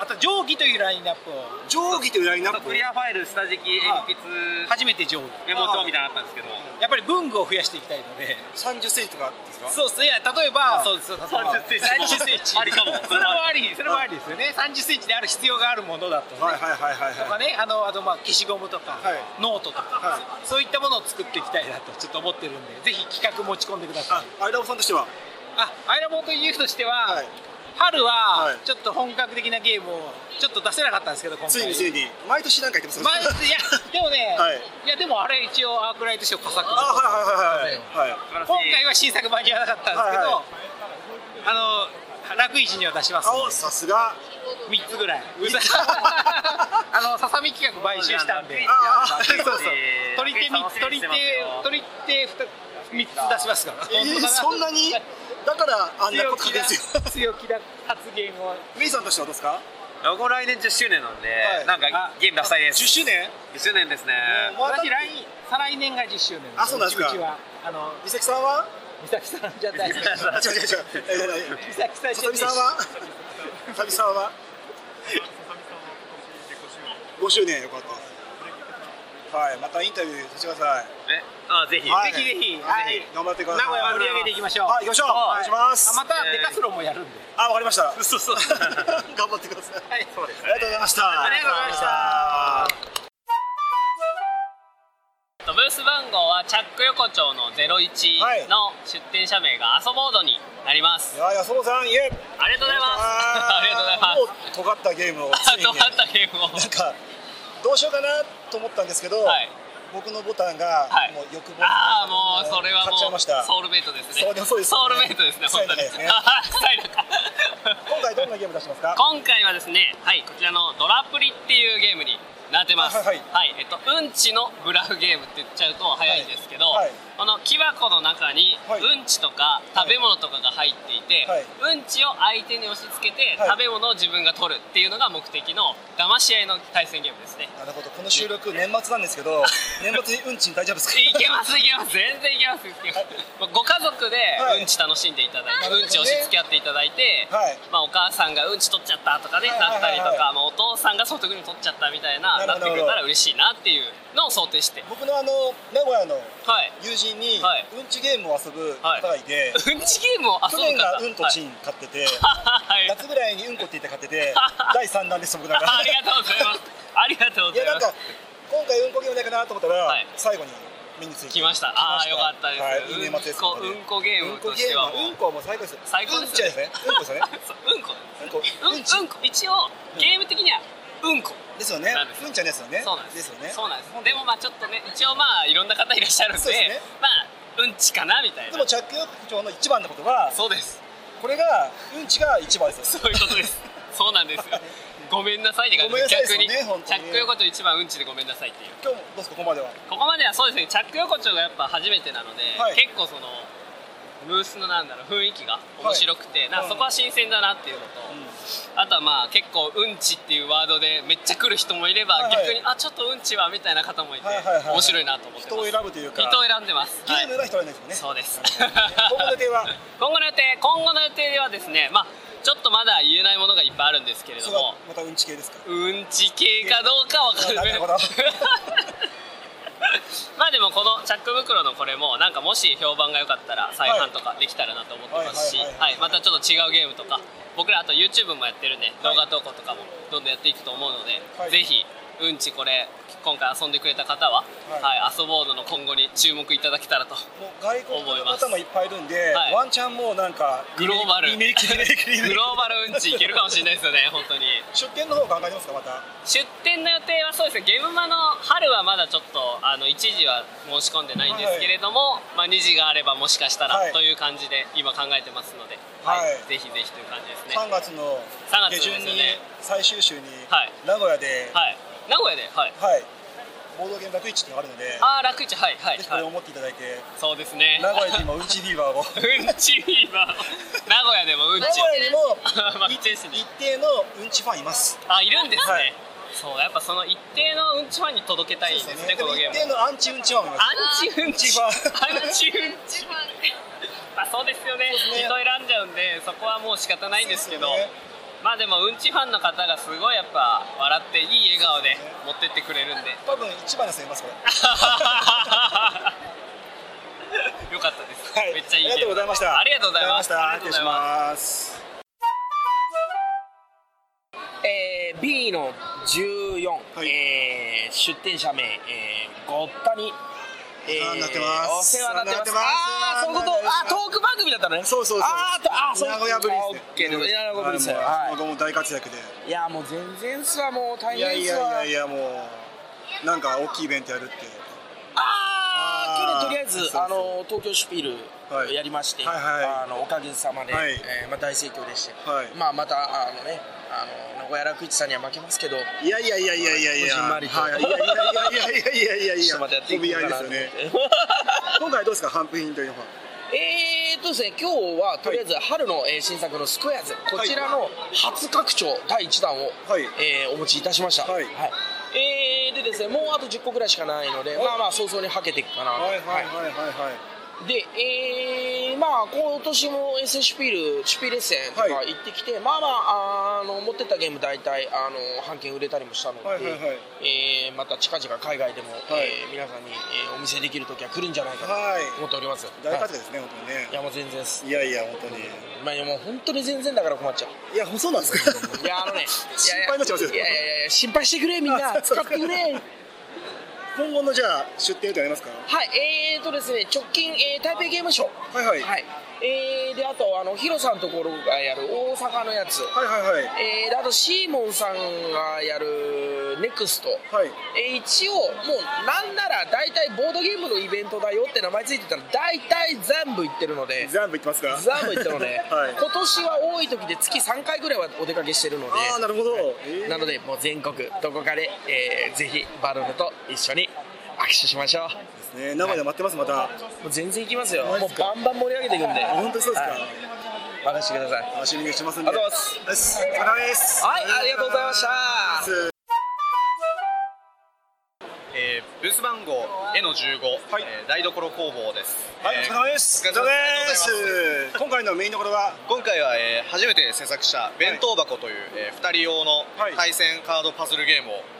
[SPEAKER 7] あと定規というラインナップを
[SPEAKER 2] 定規というラインナ
[SPEAKER 3] クリアファイル下敷き鉛筆
[SPEAKER 7] 初めて定規
[SPEAKER 3] メモ帳みたいなのあったんですけど
[SPEAKER 7] やっぱり文具を増やしていきたいので
[SPEAKER 2] 30センチとかですか
[SPEAKER 7] そうっすいや例えばそうです
[SPEAKER 3] 30センチ
[SPEAKER 7] 30センチ
[SPEAKER 3] ありかも
[SPEAKER 7] それもありそれもありですよね30センチである必要があるものだとね
[SPEAKER 2] はいはいはいはい
[SPEAKER 7] とかねあのあとまあ消しゴムとか、ノートとか、そういったものを作っていきたいなとちょっと思ってるんでぜひ企画持ち込んでください
[SPEAKER 2] アイラボさんとしては
[SPEAKER 7] あアイラボというとしては、春はちょっと本格的なゲームをちょっと出せなかったんですけど今回
[SPEAKER 2] ついについに毎年なんか言ってま
[SPEAKER 7] 毎
[SPEAKER 2] す
[SPEAKER 7] 日いやでもね、
[SPEAKER 2] はい
[SPEAKER 7] い、やでもあれ一応アークライト賞佳作
[SPEAKER 2] あはいはいはいはいはい
[SPEAKER 7] 今回は新作間に合わなかったんですけど、あの楽市には出します
[SPEAKER 2] あさすが
[SPEAKER 7] 三つぐらい あのささみ企画買収したんで
[SPEAKER 2] ああ
[SPEAKER 7] そう そう
[SPEAKER 2] えー
[SPEAKER 7] 取り手三つ取り手取り手二つ三つ出しますから、
[SPEAKER 2] えーそんなにだからあんなこと書くんですよ
[SPEAKER 7] 強気な発言を
[SPEAKER 2] メイさんとしてはどうですか
[SPEAKER 3] ロゴ来年10周年なんで、
[SPEAKER 2] はい
[SPEAKER 3] なんかゲーム出したいです
[SPEAKER 2] 10周年
[SPEAKER 3] ?10 周年ですね
[SPEAKER 7] 私来再来年が10周年
[SPEAKER 2] あそうなんですか
[SPEAKER 7] うちはあの
[SPEAKER 2] 美咲さんは
[SPEAKER 7] 美咲さんじゃない
[SPEAKER 2] 違う違う違うえー
[SPEAKER 7] 美咲さん
[SPEAKER 2] さ
[SPEAKER 7] じゃ
[SPEAKER 2] と
[SPEAKER 7] ねえ
[SPEAKER 2] み
[SPEAKER 7] し
[SPEAKER 2] さんはさとみさんは5周年よかったはいまたインタビューさせてください
[SPEAKER 3] えあぜひ、
[SPEAKER 2] はい
[SPEAKER 7] ぜひぜひはい
[SPEAKER 2] 頑張ってくだ
[SPEAKER 7] 名
[SPEAKER 2] さい
[SPEAKER 7] 古屋は盛り上げていきましょう
[SPEAKER 2] はい行きましょうお願いします
[SPEAKER 7] あまたデカスロンもやるんで
[SPEAKER 2] あわかりました
[SPEAKER 3] そうそう
[SPEAKER 2] 頑張ってください
[SPEAKER 7] はいそうです
[SPEAKER 2] ありがとうございました
[SPEAKER 6] ありがとうございましたブース番号はチャック横丁の01の出店者名がアソボードになります、
[SPEAKER 2] いやいやそもさんいえ
[SPEAKER 6] ありがとうございますありがとうございます
[SPEAKER 2] もう尖ったゲームをついに
[SPEAKER 6] 尖ったゲームを
[SPEAKER 2] なんかどうしようかなと思ったんですけど、僕のボタンが、もう欲望
[SPEAKER 6] ああもうそれは
[SPEAKER 2] 買っちゃい
[SPEAKER 6] も
[SPEAKER 2] ま
[SPEAKER 6] う
[SPEAKER 2] した
[SPEAKER 6] ソウルメイトですね
[SPEAKER 2] そうでもそうです
[SPEAKER 6] ソ
[SPEAKER 2] よ
[SPEAKER 6] ウ
[SPEAKER 2] ね
[SPEAKER 6] ルメイトですね本当に
[SPEAKER 2] 臭い中ですね
[SPEAKER 6] 臭い中
[SPEAKER 2] 今回どんなゲーム出しますか
[SPEAKER 6] 今回はですねはいこちらのドラプリっていうゲームになってます
[SPEAKER 2] はいはい
[SPEAKER 6] えっとうんちのブラフゲームって言っちゃうと早いんですけど、この木箱の中にうんちとか食べ物とかが入っていて、うんちを相手に押し付けて
[SPEAKER 2] はい
[SPEAKER 6] 食べ物を自分が取るっていうのが目的の騙し合いの対戦ゲームですね
[SPEAKER 2] なるほどこの収録年末なんです けど年末にうんちん大丈夫ですか
[SPEAKER 6] いけますいけます全然いけますいけますご家族で
[SPEAKER 2] はい
[SPEAKER 6] うんち楽しんでいただいて、
[SPEAKER 2] なるほどね
[SPEAKER 6] うんち押し付け合っていただいて、
[SPEAKER 2] はい
[SPEAKER 6] まあ、お母さんがうんち取っちゃったとかね、
[SPEAKER 2] はいはいはいは
[SPEAKER 6] なった
[SPEAKER 2] い
[SPEAKER 6] りとか、まあ、お父さんがソフトクリーム取っちゃったみたいな
[SPEAKER 2] な
[SPEAKER 6] な
[SPEAKER 2] る
[SPEAKER 6] っ
[SPEAKER 2] ほど
[SPEAKER 6] てくれたら嬉しいなっていうのを想定して
[SPEAKER 2] 僕のあの名古屋の
[SPEAKER 6] はい
[SPEAKER 2] 友人に、うんちゲームを遊ぶ方がいて、
[SPEAKER 6] うんちゲームを遊ぶ方
[SPEAKER 2] 去年がうんとちん買ってて、夏ぐらいにうんこって言って買っ てて第3弾です僕なんか
[SPEAKER 6] ありがとうございますありがとうございます
[SPEAKER 2] やなんか今回うんこゲームないかなと思ったら、最後に目について
[SPEAKER 6] 来ましたああよかったです、
[SPEAKER 2] はい
[SPEAKER 6] うん
[SPEAKER 2] 年末です
[SPEAKER 6] こうんこゲームとしては
[SPEAKER 2] うんこゲームは
[SPEAKER 6] もう
[SPEAKER 2] うんこはもう最高ですよ
[SPEAKER 6] 最高ですよね
[SPEAKER 2] うんちですね
[SPEAKER 6] うんこ
[SPEAKER 2] うんこ
[SPEAKER 6] うんうんこ一応ゲーム的にはうんこ
[SPEAKER 2] で すよねうんちゃんですよね
[SPEAKER 6] そうなんです
[SPEAKER 2] ですよね
[SPEAKER 6] そうなんですでもまあちょっとね一応まあいろんな方いらっしゃるんで
[SPEAKER 2] そうですね
[SPEAKER 6] まあうんちかなみたいな
[SPEAKER 2] でも着用長の一番のことは
[SPEAKER 6] そうです
[SPEAKER 2] これがうんちが一番ですよ
[SPEAKER 6] そういうことですそうなんですよごめんなさいって感じ
[SPEAKER 2] ごめんなさいです
[SPEAKER 6] 逆
[SPEAKER 2] よね
[SPEAKER 6] に
[SPEAKER 2] 本
[SPEAKER 6] チ
[SPEAKER 2] 当
[SPEAKER 6] ャ
[SPEAKER 2] に
[SPEAKER 6] ック横丁一番うんちでごめんなさいっていう
[SPEAKER 2] 今日もどうですかここまでは
[SPEAKER 6] ここまではそうですねチャック横丁がやっぱ初めてなので、
[SPEAKER 2] はい
[SPEAKER 6] 結構そのブースのなんだろう雰囲気が面白くて、
[SPEAKER 2] い
[SPEAKER 6] なんかそこは新鮮だなっていうのと、あとはまあ結構「うんち」っていうワードでめっちゃ来る人もいれば、
[SPEAKER 2] はいはい
[SPEAKER 6] 逆に「あちょっとうんちは」みたいな方もいて、
[SPEAKER 2] はいはいはいはい
[SPEAKER 6] 面白いなと思って
[SPEAKER 2] 人を選ぶというか
[SPEAKER 6] 人を選んでます
[SPEAKER 2] ゲームが人を選んでるんですもんね
[SPEAKER 6] そうです
[SPEAKER 2] 今後の予定は
[SPEAKER 6] 今後の予定今後の予定ではですねまあちょっとまだ言えないものがいっぱいあるんですけれど
[SPEAKER 2] それ
[SPEAKER 6] も
[SPEAKER 2] はまたうんち系ですか
[SPEAKER 6] うんち系かどうかわかる
[SPEAKER 2] な るほど
[SPEAKER 6] まあでもこのチャック袋のこれもなんかもし評判が良かったら再販とかできたらなと思ってますし
[SPEAKER 2] はいはい
[SPEAKER 6] はいまたちょっと違うゲームとか僕らあと YouTube もやってるんで動画投稿とかもどんどんやっていくと思うので、
[SPEAKER 2] はい
[SPEAKER 6] ぜひうんちこれ今回遊んでくれた方は、はい遊ぼうのの今後に注目いただけたらと
[SPEAKER 2] 外国
[SPEAKER 6] 思い
[SPEAKER 2] の
[SPEAKER 6] ます
[SPEAKER 2] 方もいっぱいいるんで、
[SPEAKER 6] はい
[SPEAKER 2] ワンチャンもうなんか
[SPEAKER 6] グローバル
[SPEAKER 2] リメイクリメイクリメイク
[SPEAKER 6] グローバルうんちいけるかもしれないですよね本当に
[SPEAKER 2] 出店の方考えてますかまた
[SPEAKER 6] 出店の予定はそうですねゲームマの春はまだちょっとあの1時は申し込んでないんですけれども、まあ、2時があればもしかしたら
[SPEAKER 2] はい
[SPEAKER 6] という感じで今考えてますので、はい、ぜひぜひという感じですね
[SPEAKER 2] 3月の
[SPEAKER 6] 3
[SPEAKER 2] 下
[SPEAKER 6] 月で
[SPEAKER 2] 旬
[SPEAKER 6] す
[SPEAKER 2] に
[SPEAKER 6] よね
[SPEAKER 2] 最終週に
[SPEAKER 6] はい
[SPEAKER 2] 名古屋で、
[SPEAKER 6] はい名古屋ではい
[SPEAKER 2] はい、ボードゲーム楽市っていうのがあるので、
[SPEAKER 6] ああ楽市はいはい
[SPEAKER 2] ぜひこれを持っていただいて、
[SPEAKER 6] そうですね
[SPEAKER 2] 名古屋にもうんちビーバー
[SPEAKER 6] うん
[SPEAKER 2] を。
[SPEAKER 6] ちビーバーを名古屋でもうんち
[SPEAKER 2] 名古屋に も
[SPEAKER 6] まあ一
[SPEAKER 2] 定のうんちファンいます
[SPEAKER 6] あいるんですね、そうやっぱその一定のうんちファンに届けたいですねこのゲーム
[SPEAKER 2] 一定のアンチうんちファンもいます。
[SPEAKER 6] アンチうんち
[SPEAKER 2] ファ
[SPEAKER 6] アンチうんちまあそうですよね
[SPEAKER 9] そうですね
[SPEAKER 6] 人選んじゃうんでそこはもう仕方ないんですけどまあでもうんちファンの方がすごいやっぱ笑っていい笑顔で持ってってくれるんで
[SPEAKER 2] 多分一番の人いますこれ。
[SPEAKER 6] よかったです、めっちゃいいゲーム
[SPEAKER 2] ありがとうございました
[SPEAKER 6] ありがとうございます
[SPEAKER 2] ありがとうございました失
[SPEAKER 1] えー B の14、えー出店者名、えーごったに、えー
[SPEAKER 2] お世話になってますお世話になってます
[SPEAKER 1] お世話になってますああそういうことあートーク番組だったのねそうそうそうあーとあーそう
[SPEAKER 2] 名古屋ぶりですね
[SPEAKER 1] オッケーです名古屋ぶりですよ
[SPEAKER 2] はい
[SPEAKER 1] はい
[SPEAKER 2] もうもう大活躍で。
[SPEAKER 1] いやもう全然すわもう大
[SPEAKER 2] いや
[SPEAKER 1] 変
[SPEAKER 2] い
[SPEAKER 1] す
[SPEAKER 2] やい
[SPEAKER 1] わ
[SPEAKER 2] やいやもうなんか大きいイベントやるって。
[SPEAKER 1] あー去年とりあえず
[SPEAKER 2] そうそう
[SPEAKER 1] あの東京シュピールやりまして、あのおかげさまで、
[SPEAKER 2] はい
[SPEAKER 1] えーまあ、大盛況でして、まあ、またあのねあの名古屋楽市さんには負けますけど
[SPEAKER 2] いやいやいやいやいやいや
[SPEAKER 1] こじんまりと、
[SPEAKER 2] はいいやいやいやいやいやいやいやいや
[SPEAKER 1] ちょっとまたやっていこうかなと思って
[SPEAKER 2] 小 部屋ですよね今回どうですかハンプ品というのは。
[SPEAKER 1] えーっとですね今日はとりあえず春の、えー新作のスクエアズこちらの初拡張第1弾を、えーお持ちいたしました、はいえーでですねもうあと10個ぐらいしかないので、まあまあ早々にはけていくかなと
[SPEAKER 2] はいはいはいはいはい。
[SPEAKER 1] で、えーまあ今年も S シュピールシュピーレッセンとか行ってきて、まあまああの持ってったゲーム大体あの半券売れたりもしたので、
[SPEAKER 2] はいはいはい
[SPEAKER 1] えーまた近々海外でも、えー皆さんに、えーお見せできる時は来るんじゃないかと思っております、
[SPEAKER 2] 大活躍ですね本当にね。
[SPEAKER 1] いやもう全然です
[SPEAKER 2] いやいや本当に。
[SPEAKER 1] まあいやもう本当に全然だから困っちゃう
[SPEAKER 2] いやそうなんですか。
[SPEAKER 1] いやあ のね
[SPEAKER 2] 心配になっちゃいますよ
[SPEAKER 1] いやいやいやいや心配してくれみんな使ってくれ
[SPEAKER 2] 今後のじゃあ出店予定ありますか。
[SPEAKER 1] はい、えーとですね、直近、えー、台北ゲームショウ、
[SPEAKER 2] はいはい
[SPEAKER 1] えーであとあのヒロさんところがやる大阪のやつ、はい
[SPEAKER 2] はいはい
[SPEAKER 1] えーであとシーモンさんがやるネクスト、えー一応もうなんなら大体ボードゲームのイベントだよって名前ついてたら大体全部行ってるので
[SPEAKER 2] 全部行ってますか。
[SPEAKER 1] 全部行ってるので、
[SPEAKER 2] はい
[SPEAKER 1] 今年は多い時で月3回ぐらいはお出かけしてるので
[SPEAKER 2] あーなるほど
[SPEAKER 1] はい
[SPEAKER 2] えー
[SPEAKER 1] なのでもう全国どこかで、えーぜひバルーンと一緒に握手しましょう
[SPEAKER 2] ね生で待ってますまた。
[SPEAKER 1] もう全然行きますよ。もうバンバン盛り上げていくんで。
[SPEAKER 2] 本当にそうですか
[SPEAKER 1] はい任せてください。
[SPEAKER 2] 楽しみにしてますん
[SPEAKER 1] あ
[SPEAKER 2] で。
[SPEAKER 1] りがとうございます。
[SPEAKER 2] ます。お疲れ様です。
[SPEAKER 1] はい、ありがとうございました。
[SPEAKER 3] えーブース番号 A の15、えー台所工房です。
[SPEAKER 2] はい、お疲れ様です。お疲れ様です。今回のメインところは、
[SPEAKER 3] 今回は、えー初めて制作した弁当箱という、えー、2人用の対戦カードパズルゲームを、えー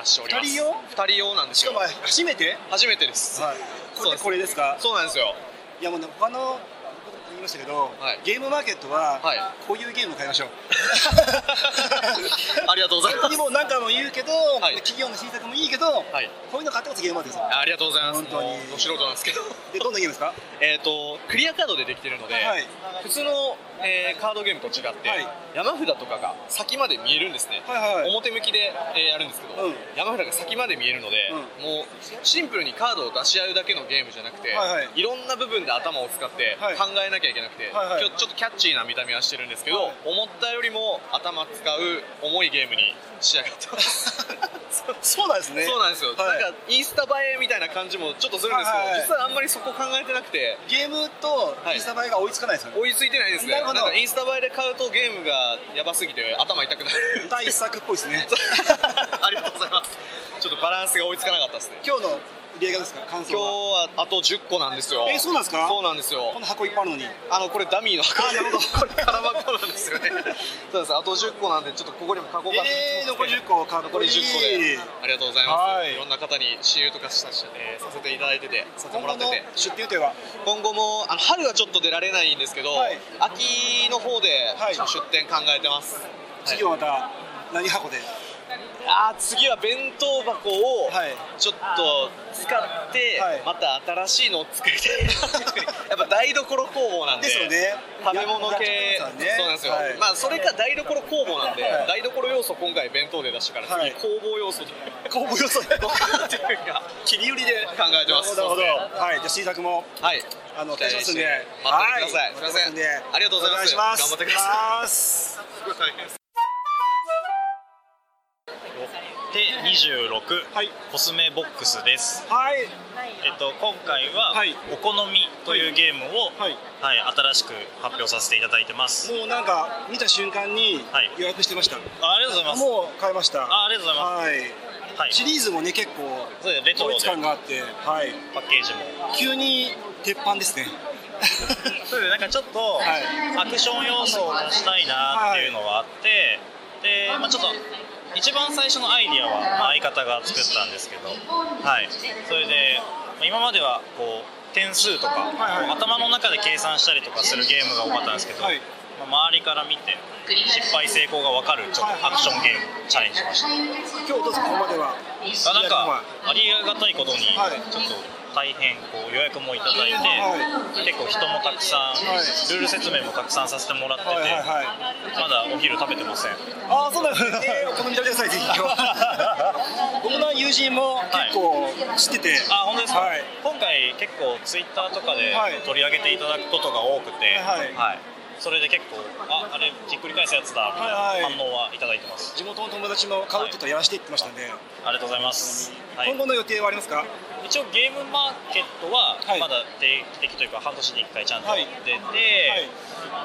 [SPEAKER 3] 出しております
[SPEAKER 2] 二人用
[SPEAKER 3] 2人用なんですよしかも
[SPEAKER 2] 初めて
[SPEAKER 3] 初めてです、
[SPEAKER 2] はい、これこれですか
[SPEAKER 3] そうなんですよ
[SPEAKER 2] いやもうね他のこと言いましたけど、ゲームマーケットはこういうゲームを買いましょう。
[SPEAKER 3] ありがとうございます
[SPEAKER 2] にも何回も言うけど、企業の新作もいいけど、こういうの買ってこそゲームマーケットですよ。
[SPEAKER 3] ありがとうございます本当にお素人なんですけど
[SPEAKER 2] でどんなゲームですか
[SPEAKER 3] えっ、とクリアカードでできてるので、
[SPEAKER 2] はい
[SPEAKER 3] 普通の、えーカードゲームと違って、山札とかが先まで見えるんですね、表向きで、えーやるんですけど、山札が先まで見えるので、もうシンプルにカードを出し合うだけのゲームじゃなくて、、
[SPEAKER 2] はいはい
[SPEAKER 3] ろんな部分で頭を使って
[SPEAKER 2] はい
[SPEAKER 3] 考えなきゃいけなくて、
[SPEAKER 2] はいはい
[SPEAKER 3] 今日ちょっとキャッチーな見た目はしてるんですけど、思ったよりも頭使う重いゲームに仕上がってます
[SPEAKER 2] そうなんですね
[SPEAKER 3] そうなんですよ、
[SPEAKER 2] はい
[SPEAKER 3] なんかインスタ映えみたいな感じもちょっとするんですけ
[SPEAKER 2] は
[SPEAKER 3] ど、
[SPEAKER 2] いはいはい
[SPEAKER 3] 実はあんまりそこ考えてなくて
[SPEAKER 2] ゲームとインスタ映えが追いつかないですよね
[SPEAKER 3] 追いついてないですね
[SPEAKER 2] なるほど
[SPEAKER 3] んかインスタ映えで買うとゲームがやばすぎて頭痛くなる
[SPEAKER 2] 第一作っぽいです ね
[SPEAKER 3] ありがとうございますちょっとバランスが追いつかなかったですね
[SPEAKER 2] 今日の売り上げですか感
[SPEAKER 3] 今日
[SPEAKER 2] 想は。
[SPEAKER 3] はあと10個なんですよ
[SPEAKER 2] えそうなんですか
[SPEAKER 3] そうなんですよこ
[SPEAKER 2] の箱いっぱいあるのに
[SPEAKER 3] あのこれダミーの箱なるほどこれ空箱なんですよね そうですあと10個なんでちょっとここにも書こうかな
[SPEAKER 2] えー残り10個かっこ
[SPEAKER 3] 残
[SPEAKER 2] い
[SPEAKER 3] り
[SPEAKER 2] い
[SPEAKER 3] 10個でありがとうございます、
[SPEAKER 2] はい
[SPEAKER 3] い、ろんな方に親友とかしたし、えーさせていただいててさせてもらってて
[SPEAKER 2] 出店予定は
[SPEAKER 3] 今後もあの春はちょっと出られないんですけど、秋の方で、ちょっと出店考えてます、
[SPEAKER 2] 次はまた何箱で
[SPEAKER 3] あー次は弁当箱をちょっと使って、また新しいのを作りたい やっぱ台所工房なんで
[SPEAKER 2] ですよね
[SPEAKER 3] 食べ物系
[SPEAKER 2] やってますからね
[SPEAKER 3] そうなんですよ、
[SPEAKER 2] はい
[SPEAKER 3] まあそれか台所工房なんで、
[SPEAKER 2] はい
[SPEAKER 3] 台所要素今回弁当で出したから次、
[SPEAKER 2] はい
[SPEAKER 3] 工房要素で工房要素で切り売りで考えてます
[SPEAKER 2] なるほど
[SPEAKER 3] そうですね
[SPEAKER 2] はいじゃあ新作も
[SPEAKER 3] はい
[SPEAKER 2] あの期待しますんで
[SPEAKER 3] 期待して待っててくださいすいません
[SPEAKER 2] で
[SPEAKER 3] ありがとうございます
[SPEAKER 2] お願いします
[SPEAKER 3] 頑張ってくださ
[SPEAKER 2] いす
[SPEAKER 4] ごい大変ですで26、コスメボックスです、
[SPEAKER 2] はい
[SPEAKER 4] えっと、今回は「お好み」というゲームを、はい新しく発表させていただいてます
[SPEAKER 2] もうなんか見た瞬間に予約してました、
[SPEAKER 4] あありがとうございます
[SPEAKER 2] もう買いました
[SPEAKER 4] あありがとうございます
[SPEAKER 2] はい、シリーズもね結構
[SPEAKER 4] そうですレトロ
[SPEAKER 2] 統
[SPEAKER 4] で
[SPEAKER 2] 一感があって、はい、
[SPEAKER 4] パッケージも
[SPEAKER 2] 急に鉄板ですね
[SPEAKER 4] そうですなんかちょっと、アクション要素を出したいなっていうのはあって、で、まあ、ちょっと一番最初のアイディアは、まあ、相方が作ったんですけど、はい、それで、まあ今まではこう点数とか、
[SPEAKER 2] はい
[SPEAKER 4] 頭の中で計算したりとかするゲームが多かったんですけど、まあ周りから見て失敗成功が分かるちょっとアクションゲームにチャレンジしました。
[SPEAKER 2] 今日どうぞここまでは
[SPEAKER 4] あなんかありがたいことにちょっと大変こう予約もいただいて、結構人もたくさん、ルール説明もたくさんさせてもらってて、まだお昼食べてません
[SPEAKER 2] ああそうなんですね、えーお好み食べてくださいぜひ今日僕の友人も結構知ってて、
[SPEAKER 4] あ本当ですか、
[SPEAKER 2] はい
[SPEAKER 4] 今回結構ツイッターとかで取り上げていただくことが多くて、
[SPEAKER 2] はい
[SPEAKER 4] はいそれで結構ああれひっくり返すやつだみ
[SPEAKER 2] はいは
[SPEAKER 4] た
[SPEAKER 2] い
[SPEAKER 4] いな反応はいただいてま す、
[SPEAKER 2] 地元の友達も買うってとやらしてって言ってましたんで、
[SPEAKER 4] ありがとうございます、はい
[SPEAKER 2] 今後の予定はありますか
[SPEAKER 4] 一応ゲームマーケットはまだ定期的というか半年に1回ちゃんと出て、うーん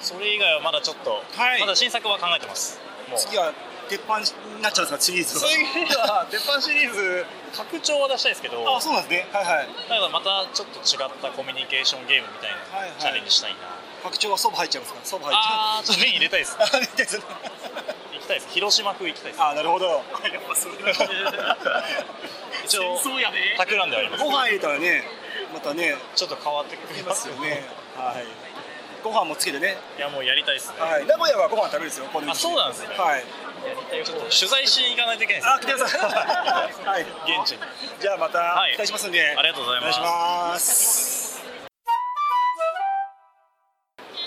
[SPEAKER 4] それ以外はまだちょっと、まだ新作は考えてますもう
[SPEAKER 2] 次は鉄板になっちゃうんですかシリーズ
[SPEAKER 4] そういう意味ではデパシリーズ拡張は出したいですけど
[SPEAKER 2] あそうなんですねはいはい
[SPEAKER 4] ただまたちょっと違ったコミュニケーションゲームみたいな、
[SPEAKER 2] はいはい
[SPEAKER 4] チャレンジしたいな
[SPEAKER 2] 拡張はそば入っちゃいますかそば入っちゃう
[SPEAKER 4] あーちょっと麺入れたい です
[SPEAKER 2] 入れたいですね
[SPEAKER 4] 行きたいです広島風行きたいです
[SPEAKER 2] あーなるほど
[SPEAKER 4] やっぱそれだ 一応企んではあります
[SPEAKER 2] ご飯入れたらねまたね
[SPEAKER 4] ちょっと変わってくる
[SPEAKER 2] ますよねはいご飯もつけてね
[SPEAKER 4] いやもうやりたいですね、
[SPEAKER 2] はい、名古屋はご飯食べるんですよ、この店
[SPEAKER 4] あそうなんですね
[SPEAKER 2] はい、
[SPEAKER 4] ちょっと取材しに行かないといけないです
[SPEAKER 2] あ、来てください。はい、
[SPEAKER 4] 現地に
[SPEAKER 2] じゃあ、また
[SPEAKER 4] はい
[SPEAKER 2] 期待しますんで、
[SPEAKER 4] ありがとうございます
[SPEAKER 2] お願いします。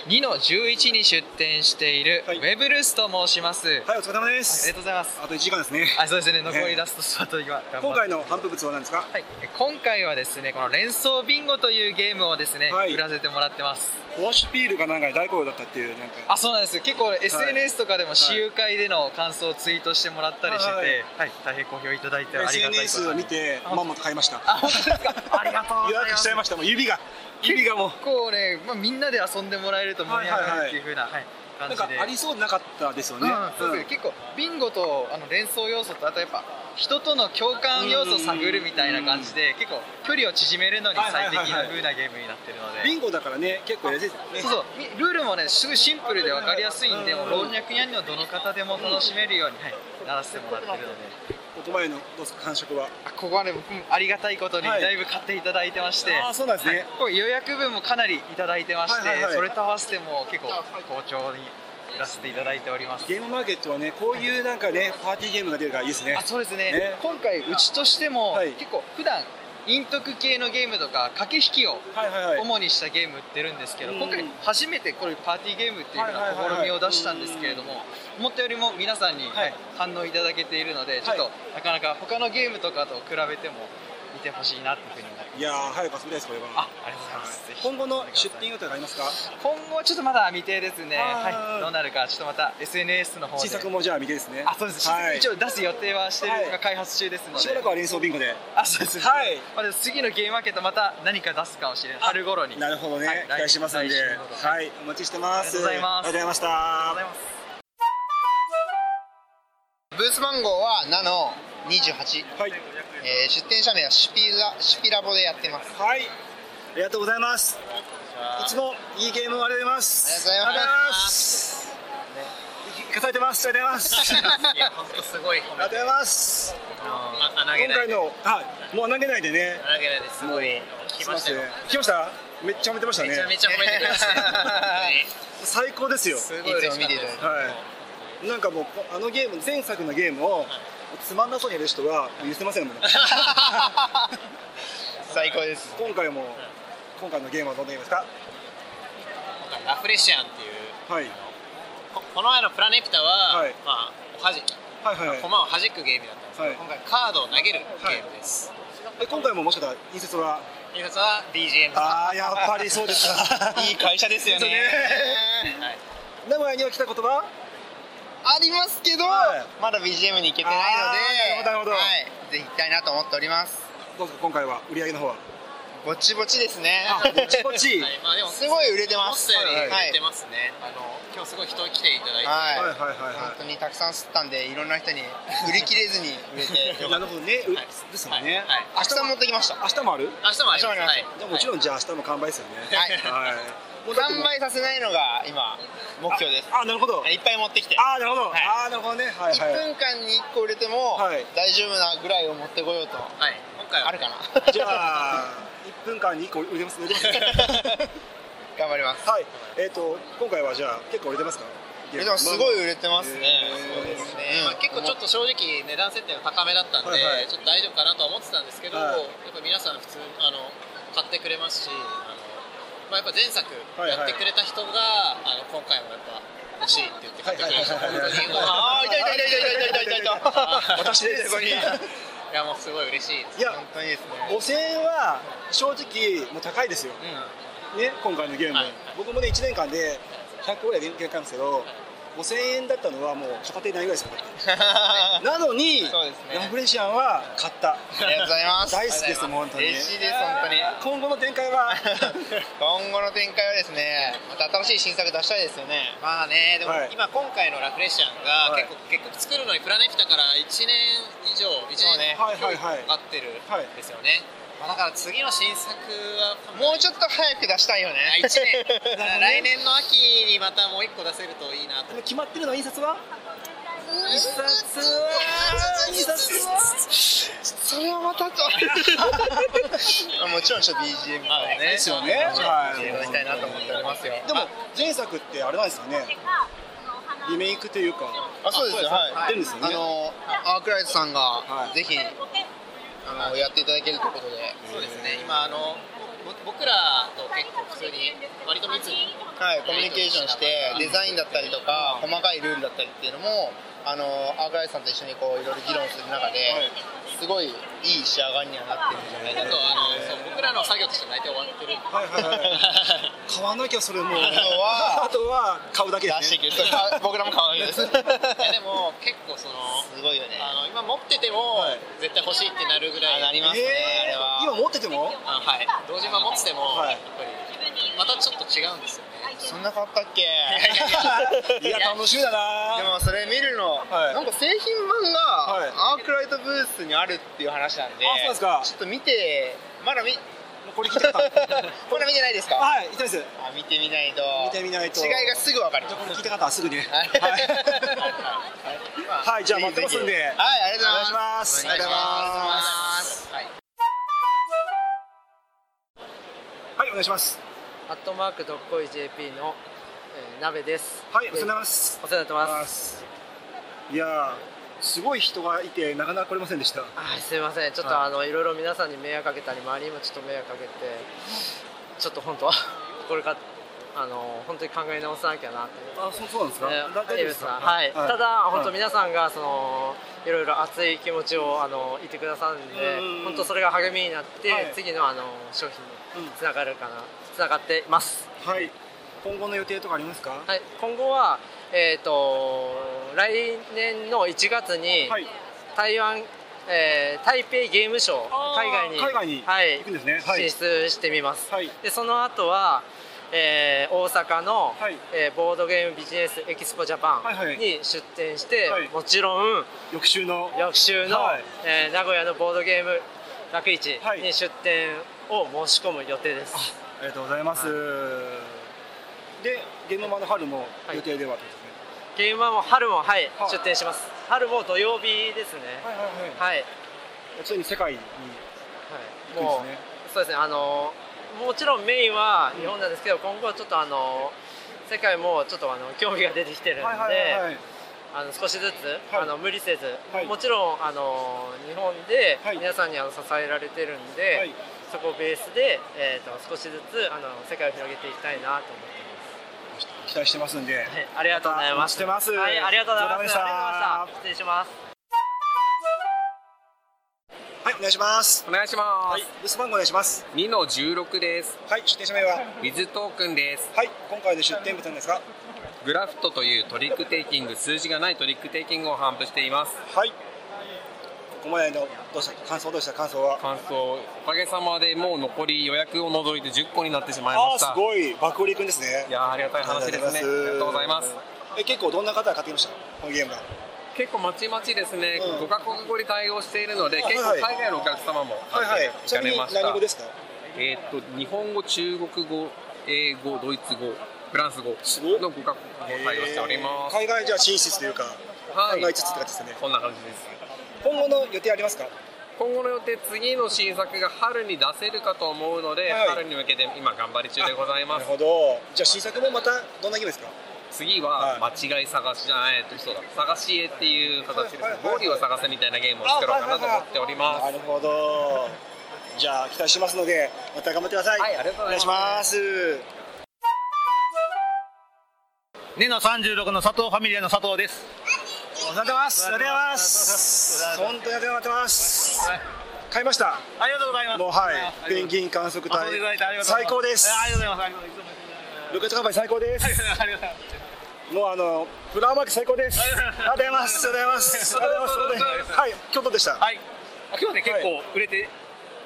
[SPEAKER 14] 2の11に出店している、ウェブルースと申しますはい
[SPEAKER 2] お疲れ様です
[SPEAKER 14] ありがとうございます
[SPEAKER 2] あと1時間ですね
[SPEAKER 14] あそうですね残りラストスパート今頑張って
[SPEAKER 2] 今回の反復物は何ですか。
[SPEAKER 14] はい、今回はですねこの連想ビンゴというゲームをですね、売らせてもらってます
[SPEAKER 2] ウォッシュピールがなんかに大好評だったっていう、なんか。
[SPEAKER 14] あそうなんです結構 SNS とかでも私有会での感想をツイートしてもらったりしてて、
[SPEAKER 2] は
[SPEAKER 14] はいい大変好評いただいてありがたいことに
[SPEAKER 2] SNS を見て、まんまと買いました。
[SPEAKER 14] ありがとうございま す
[SPEAKER 2] 予約しちゃいました、もう指が。指がもう。
[SPEAKER 14] 結構ね、まあ、みんなで遊んでもらえると盛り上がるっていう風な、はい
[SPEAKER 2] なんか
[SPEAKER 14] 感じで
[SPEAKER 2] ありそうでなかったですよ
[SPEAKER 14] う
[SPEAKER 2] ね。
[SPEAKER 14] んそうですね結構ビンゴとあの連想要素とあとやっぱ人との共感要素を探るみたいな感じで結構距離を縮めるのに最適な風なゲームになってるので、
[SPEAKER 2] ビンゴだからね、結構やりやすいですね。
[SPEAKER 14] そうそうみルールもねすごいシンプルで分かりやすいんでもう老若にゃんのどの方でも楽しめるように、はい、ならせてもらってるので
[SPEAKER 2] お泊まりのどうですか感触は。
[SPEAKER 14] あここはね僕もありがたいことに
[SPEAKER 2] はい
[SPEAKER 14] だいぶ買っていただいてまして、
[SPEAKER 2] あーそうなんですね
[SPEAKER 14] はいこう予約分もかなりいただいてまして、
[SPEAKER 2] はいはいはい
[SPEAKER 14] それと合わせても結構好調に売らせていただいております
[SPEAKER 2] ゲームマーケットはね、こういうなんかね、パーティーゲームが出るからいいですね。
[SPEAKER 14] あそうですね今回うちとしても、結構普段陰徳系のゲームとか駆け引きを主にしたゲーム売ってるんですけど、
[SPEAKER 2] うん
[SPEAKER 14] 今回初めてこれパーティーゲームっていうよ
[SPEAKER 2] はい
[SPEAKER 14] う
[SPEAKER 2] はいはい
[SPEAKER 14] な
[SPEAKER 2] はい
[SPEAKER 14] 試みを出したんですけれども、思ったよりも皆さんに、はい反応いただけているのでちょっと、なかなか他のゲームとかと比べても見てほしいなっていうふうに思います
[SPEAKER 2] いやー、早く遊びたいです、これは。あ、
[SPEAKER 14] ありがとうございますぜひ
[SPEAKER 2] 今後の出品予定がありますか。
[SPEAKER 14] 今後はちょっとまだ未定ですね、
[SPEAKER 2] あー
[SPEAKER 14] はい、どうなるかちょっとまた SNS の方で
[SPEAKER 2] 新作もじゃあ見てですね。
[SPEAKER 14] あそうです、
[SPEAKER 2] はい、
[SPEAKER 14] 一応出す予定はしてる、開発中ですので
[SPEAKER 2] しばらくは連想ビンゴで。
[SPEAKER 14] あそうです、はいまあ、でも次のゲームマーケットまた何か出すかもしれない春頃に
[SPEAKER 2] なるほどね、
[SPEAKER 14] はい
[SPEAKER 2] 期待してますんで。
[SPEAKER 14] 来週のこと
[SPEAKER 2] はい、お待ちしてます。
[SPEAKER 14] ありがとうございま
[SPEAKER 2] あり
[SPEAKER 14] す
[SPEAKER 2] がとうございました。ありがとうございます。
[SPEAKER 15] ブース番号は7の28、はいえー出店者名はシピラシピラボでやってます
[SPEAKER 2] はいありがとうございます。いつもいいゲームをありがとうございます。
[SPEAKER 15] ありがとうござい
[SPEAKER 2] ます。生き、たえてます。ありがとうございます。
[SPEAKER 15] いや本当すごい
[SPEAKER 2] ありがとうございます。
[SPEAKER 15] あ
[SPEAKER 2] 今回の、はい、もう投げないでね。
[SPEAKER 15] 投げないですごい
[SPEAKER 2] 来ましたよ。来ました。めっちゃ褒めてましたね。
[SPEAKER 15] めちゃめちゃ褒めてください
[SPEAKER 2] 最高ですよ。
[SPEAKER 15] すごい嬉しかったです
[SPEAKER 2] はい。なんかもうこあのゲーム前作のゲームをつまんなそうにやる人は許せませんもん
[SPEAKER 15] 最高です
[SPEAKER 2] 今回も今回のゲームはどんなゲームですか
[SPEAKER 12] ラフレシアンっていう
[SPEAKER 2] はい
[SPEAKER 12] ここの前のプラネプタは、
[SPEAKER 2] はい
[SPEAKER 12] まあおはじき、
[SPEAKER 2] はいはいはい
[SPEAKER 12] 駒をはじくゲームだったんですけど、
[SPEAKER 2] はい
[SPEAKER 12] 今回カードを投げるゲームです、
[SPEAKER 2] え今回ももしかしたら印刷は
[SPEAKER 12] 印刷は BGM
[SPEAKER 2] ああやっぱりそうです か
[SPEAKER 12] いい会社ですよね
[SPEAKER 2] はい名古屋には来たことは
[SPEAKER 15] ありますけど、まだ BGM に行けてないのでなるほどはい、ぜひ行きたいなと思っております
[SPEAKER 2] どうですか今回は売り上げの方は
[SPEAKER 15] ぼちぼちですね
[SPEAKER 2] あぼちぼち
[SPEAKER 12] はいまあでも
[SPEAKER 15] すごい売れてます
[SPEAKER 12] 思ったより売れて
[SPEAKER 15] はい
[SPEAKER 12] ますね、あの今日すごい人来ていただいて、
[SPEAKER 15] はい
[SPEAKER 2] はいはいはい
[SPEAKER 15] 本当にたくさん吸ったんでいろんな人に売り切れずに売れ てよか
[SPEAKER 2] なる
[SPEAKER 15] った
[SPEAKER 2] ほどね、うですもんね、
[SPEAKER 15] 明日持ってきました
[SPEAKER 2] 明日もある
[SPEAKER 12] 明日もありますはい
[SPEAKER 2] じゃあもちろんじゃあ明日も完売ですよね
[SPEAKER 15] はい
[SPEAKER 2] はいもうだっても
[SPEAKER 15] 完
[SPEAKER 2] う
[SPEAKER 15] 売させないのが今目標です
[SPEAKER 2] あなるほど
[SPEAKER 15] いっぱい持ってきて
[SPEAKER 2] あーなるほど、あーなるほどねはい
[SPEAKER 15] 1
[SPEAKER 2] は
[SPEAKER 15] 分間に1個売れても大丈夫なぐらいを持ってこようとある かな、
[SPEAKER 2] いじゃあ1分間に1個売れます売れます
[SPEAKER 15] 頑張ります
[SPEAKER 2] はいえっ、と今回はじゃあ結構売れてますか
[SPEAKER 15] 売れてますすごい売れてますね
[SPEAKER 2] そうですね
[SPEAKER 12] まあ、結構ちょっと正直値段設定が高めだったんで、
[SPEAKER 2] はいはい
[SPEAKER 12] ちょっと大丈夫かなとは思ってたんですけど、
[SPEAKER 2] はい
[SPEAKER 12] やっぱ皆さん普通あの買ってくれますしあの、まあ、やっぱ前作
[SPEAKER 2] はい
[SPEAKER 12] やってくれた人が、あの今回もやっぱ欲しいって言って買ってくれました、
[SPEAKER 2] はいはいはいはい
[SPEAKER 12] 本当にああいたいたいたいたいたいたいたいた
[SPEAKER 2] 私です
[SPEAKER 12] いやもうすごい嬉しい
[SPEAKER 2] い
[SPEAKER 12] です
[SPEAKER 2] や
[SPEAKER 12] 本
[SPEAKER 15] 当にですね
[SPEAKER 2] 5000円は正直もう高いですよ、ね今回のゲーム、僕もね1年間で100ぐらい限界買うんですけど、5000円だったのはもう片手にないぐらいですよ だってなのに、ラブレシアンは買ったあ
[SPEAKER 15] りがとうございます
[SPEAKER 2] 大好きですもう本当に
[SPEAKER 15] 嬉しいです本当に
[SPEAKER 2] 今後の展開は
[SPEAKER 15] 今後の展開はですねまた新しい新作出したいですよね
[SPEAKER 12] まあねでも
[SPEAKER 15] はい
[SPEAKER 12] 今今回のラフレシアンが結構、結構作るのにプラネピタから1年以上1
[SPEAKER 15] そう
[SPEAKER 12] 年
[SPEAKER 15] ね
[SPEAKER 12] かかってるんですよね、まあ、だから次の新作は
[SPEAKER 15] もうちょっと早く出したいよね
[SPEAKER 12] 1年
[SPEAKER 15] なるほどね
[SPEAKER 12] 来年の秋にまたもう1個出せるといいなと
[SPEAKER 2] 決まってるのは印刷は
[SPEAKER 15] 印刷
[SPEAKER 2] は印刷は
[SPEAKER 15] それはまたと もちろんちょっと BGM とかね
[SPEAKER 2] ですよねはい
[SPEAKER 15] いただきたいなと思っておりますよ
[SPEAKER 2] でも前作ってあれなんですよねリメイクというか
[SPEAKER 15] あそうですよはい
[SPEAKER 2] 出るんですよね
[SPEAKER 15] あのアークライトさんがぜひあのやっていただけるということで
[SPEAKER 12] そうですね今あのぼ僕らと結構普通に割と密に
[SPEAKER 15] はい、コミュニケーションしてデザインだったりとか細かいルールだったりっていうのもあのアークライトさんと一緒にこういろいろ議論する中ですごいいい仕上がりにはなってるんじゃな
[SPEAKER 12] ち
[SPEAKER 15] い
[SPEAKER 12] ょ
[SPEAKER 15] か
[SPEAKER 12] っ
[SPEAKER 15] な
[SPEAKER 12] とあのそう僕らの作業として大体終わってるんで
[SPEAKER 2] 買わなきゃそれもう
[SPEAKER 12] あとは
[SPEAKER 2] あとは買うだけですね
[SPEAKER 15] 出していくそう買う僕らも買うようです
[SPEAKER 12] いやでも結構その
[SPEAKER 15] すごいよね
[SPEAKER 12] あの今持ってても絶対欲しいってなるぐらい
[SPEAKER 15] あなりますねあれは
[SPEAKER 2] 今持ってても
[SPEAKER 12] あのはい同時今持っててもやっぱりまたちょっと違うんですよね
[SPEAKER 15] そんな変わったっ け
[SPEAKER 12] いやいやいやいや楽しみだ
[SPEAKER 15] なでもそれ見るの、
[SPEAKER 12] はい
[SPEAKER 15] なんか製品版がアークライトブースにあるっていう話なんで
[SPEAKER 2] あそうですか
[SPEAKER 15] ちょっと見てまだ見
[SPEAKER 2] これ聞い た
[SPEAKER 15] これ見てないですか
[SPEAKER 2] はい見てないです
[SPEAKER 15] あ見てみないと
[SPEAKER 2] 見てみないと
[SPEAKER 15] 違いがすぐ分かる
[SPEAKER 2] これ聞いた方はすぐにねはいはいじゃあ待ってますんで
[SPEAKER 15] ぜひぜひはいありがとうございます
[SPEAKER 2] お願いします
[SPEAKER 12] はい
[SPEAKER 2] はいお願いします
[SPEAKER 16] アットマークどっこい JP の、えー、鍋です
[SPEAKER 2] はいお世話になります
[SPEAKER 16] お世話になってます
[SPEAKER 2] いやーすごい人がいてなかなか来れませんでした
[SPEAKER 16] はいすいませんちょっと、
[SPEAKER 2] はい
[SPEAKER 16] あのいろいろ皆さんに迷惑かけたり周りにもちょっと迷惑かけてちょっと本当は これからあの本当に考え直さなきゃなって
[SPEAKER 2] あそうそうなんですか
[SPEAKER 16] えー
[SPEAKER 2] だ大丈夫ですか
[SPEAKER 16] はい、
[SPEAKER 2] はい
[SPEAKER 16] ただ、
[SPEAKER 2] はい
[SPEAKER 16] 本当皆さんがそのいろいろ熱い気持ちをあの言ってくださるんで
[SPEAKER 2] うん
[SPEAKER 16] 本当それが励みになって、
[SPEAKER 2] はい
[SPEAKER 16] 次のあの商品につながるかな、つながっています
[SPEAKER 2] はい今後の予定とかありますか
[SPEAKER 16] はい、今後は、えー、と来年の1月に、台湾、えー台北ゲームショー
[SPEAKER 2] あー
[SPEAKER 16] 海外に
[SPEAKER 2] 海外に
[SPEAKER 16] はい
[SPEAKER 2] 行くんですねはい
[SPEAKER 16] 進出してみます、でその後は、えー大阪の、えーボードゲームビジネスエキスポジャパ
[SPEAKER 2] はいはい
[SPEAKER 16] ンに出展して、もちろん
[SPEAKER 2] 翌週の
[SPEAKER 16] 翌週の、
[SPEAKER 2] はい
[SPEAKER 16] えー名古屋のボードゲーム楽市に出展を申し込む予定です、
[SPEAKER 2] ありがとうございますでゲームマの春も予定では
[SPEAKER 16] ゲームはもう春もはい、出展します春も土曜日ですね
[SPEAKER 2] はい
[SPEAKER 16] はいはい、
[SPEAKER 2] ついに世界に行くん
[SPEAKER 16] もう
[SPEAKER 2] ですね
[SPEAKER 16] そうですねあのもちろんメインは日本なんですけど、今後はちょっとあの世界もちょっとあの興味が出てきてるんで、
[SPEAKER 2] はいはいはいはい
[SPEAKER 16] あの少しずつ、あの無理せず、もちろんあの日本で皆さんにあの支えられてるんで、そこをベースで、えー、と少しずつあの世界を広げていきたいなと思って
[SPEAKER 2] 期待してますんで、
[SPEAKER 16] ありがとうございます
[SPEAKER 2] してます
[SPEAKER 16] はいありがとうございます
[SPEAKER 2] お疲れ様でした
[SPEAKER 16] ありがとうございました失礼します
[SPEAKER 2] はいお願いします
[SPEAKER 7] お願いします
[SPEAKER 2] はい留守番号お願いします
[SPEAKER 7] 2の16です
[SPEAKER 2] はい出店者名は
[SPEAKER 7] 水トークンです
[SPEAKER 2] はい今回の出店部なんですが
[SPEAKER 7] グラフトというトリックテイキング数字がないトリックテイキングを販布しています
[SPEAKER 2] はいここまでのどうした感想どうした感想は
[SPEAKER 7] 感想おかげさまでもう残り予約を除いて10個になってしまい
[SPEAKER 2] あ
[SPEAKER 7] ま
[SPEAKER 2] ー
[SPEAKER 7] し
[SPEAKER 2] す
[SPEAKER 7] た
[SPEAKER 2] ごい爆売りくんですね
[SPEAKER 7] いやーありがたい話ですねありがとうございます
[SPEAKER 2] え結構どんな方が買ってきましたこのゲームは
[SPEAKER 7] 結構まちまちですね、
[SPEAKER 2] うん
[SPEAKER 7] 5カ国語に対応しているので
[SPEAKER 2] はい
[SPEAKER 7] 結構海外のお客様も
[SPEAKER 2] はいはいちな
[SPEAKER 7] 行か
[SPEAKER 2] み
[SPEAKER 7] れ
[SPEAKER 2] に
[SPEAKER 7] ました
[SPEAKER 2] 何語ですか
[SPEAKER 7] えーっと日本語中国語英語ドイツ語フランス語の5カ国語を対応しております、
[SPEAKER 2] 海外じゃ進出というか
[SPEAKER 7] はい、
[SPEAKER 2] 考えつつって感じですね
[SPEAKER 7] こんな感じです
[SPEAKER 2] 今後の予定ありますか
[SPEAKER 7] 今後の予定次の新作が春に出せるかと思うので、春に向けて今頑張り中でございます
[SPEAKER 2] なるほどじゃあ新作もまたどんなゲームですか
[SPEAKER 7] 次は間違い探しじゃないとそうだ探し絵っていう形ですねゴーリーを探せみたいなゲームを作ろうかなと思っております
[SPEAKER 2] なるほどじゃあ期待しますのでまた頑張ってくださいはい
[SPEAKER 7] ありがと
[SPEAKER 2] ござ
[SPEAKER 7] う
[SPEAKER 2] いますお願いします
[SPEAKER 5] ねの36の佐藤ファミリアの佐藤です。
[SPEAKER 2] おはようございますありがとうございます本当にありがとうございます買いました
[SPEAKER 5] ありがとうございます。
[SPEAKER 2] もうはいペンギン観測隊
[SPEAKER 5] 遊んでいただいてありがとうございます
[SPEAKER 2] 最高です
[SPEAKER 5] ありがとうございます。
[SPEAKER 2] ロケットカンパニー最 高ですもうあのフラワーマーケット最高ですありがとうございますありがとうございますありがとうございますはい京都でしたはい
[SPEAKER 5] 今日ね結構売れて、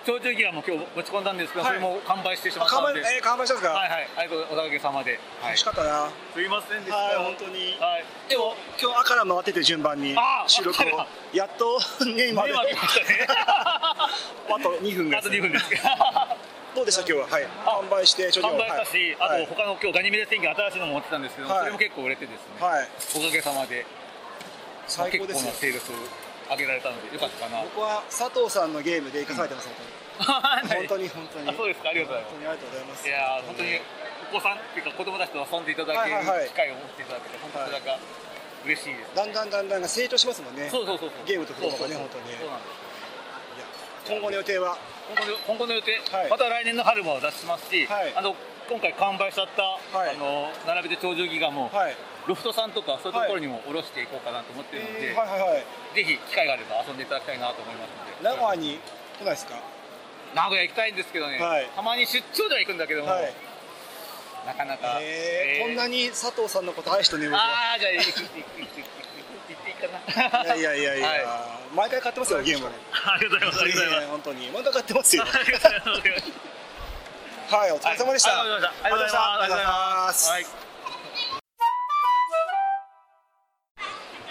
[SPEAKER 5] 長寿ギアも今日持ち込んだんですけど、
[SPEAKER 2] はい
[SPEAKER 5] それも完売してしまったんで
[SPEAKER 2] あ完売えー完売したんですか
[SPEAKER 5] はいはいありがとうおかげさまで、はい、
[SPEAKER 2] 楽しかったな
[SPEAKER 5] すいませんでした
[SPEAKER 2] はい
[SPEAKER 5] 本当に、はい、
[SPEAKER 2] でも今日赤から回ってて順番に
[SPEAKER 5] あー
[SPEAKER 2] 収録を
[SPEAKER 5] 赤
[SPEAKER 2] やっとね今で
[SPEAKER 5] ね今で来ましたね
[SPEAKER 2] あと2分ぐらい
[SPEAKER 5] あと2分です
[SPEAKER 2] どうでした今日ははい販売して商品
[SPEAKER 5] 販
[SPEAKER 2] を
[SPEAKER 5] 売したし、
[SPEAKER 2] はい
[SPEAKER 5] あと他の今日ガニメデス天気新しいのも持ってたんですけども、
[SPEAKER 2] はい
[SPEAKER 5] それも結構売れてですね、
[SPEAKER 2] はい
[SPEAKER 5] おかげさまで
[SPEAKER 2] 最高です
[SPEAKER 5] まあ結構なセールスを上げられたのでよかったかな
[SPEAKER 2] 僕は佐藤さんのゲームで生かされてます本当に本当に本当に
[SPEAKER 5] あそうですかありがとうございます
[SPEAKER 2] 本当にありがとうございます
[SPEAKER 5] いやー本当にお子さんっていうか子供たちと遊んでいただける
[SPEAKER 2] はいはいはい
[SPEAKER 5] 機会を持っていただけて本当になんか嬉しいです、
[SPEAKER 2] だんだんだんだん成長しますもんね
[SPEAKER 5] そうそうそうそう
[SPEAKER 2] ゲームと言葉がね
[SPEAKER 5] そう
[SPEAKER 2] 本
[SPEAKER 5] そ
[SPEAKER 2] 当
[SPEAKER 5] う
[SPEAKER 2] に
[SPEAKER 5] そうなんで
[SPEAKER 2] 今後の予定は
[SPEAKER 5] 今後の今後の予定、また来年の春も出しますし、あの今回完売しちゃった、あの並べて頂上ギガも、ロフトさんとかそういうところにも下ろしていこうかなと思ってるので、
[SPEAKER 2] はいはいはい
[SPEAKER 5] ぜひ機会があれば遊んでいただきたいなと思いますので
[SPEAKER 2] 名古屋に来ないですか
[SPEAKER 5] 名古屋行きたいんですけどね、
[SPEAKER 2] はい
[SPEAKER 5] たまに出張では行くんだけども、
[SPEAKER 2] はい
[SPEAKER 5] なかなか、
[SPEAKER 2] えーこんなに佐藤さんのこと愛してね僕は
[SPEAKER 5] ああじゃあ行く行く行く行く行っていいか
[SPEAKER 2] いやいやいやいや、毎回買ってますよゲームは
[SPEAKER 5] ありがとうございます
[SPEAKER 2] いやいや本当に毎回買ってますよはいお疲れ様でした、
[SPEAKER 5] はいありがとうございました
[SPEAKER 2] ありがとうございます
[SPEAKER 5] はい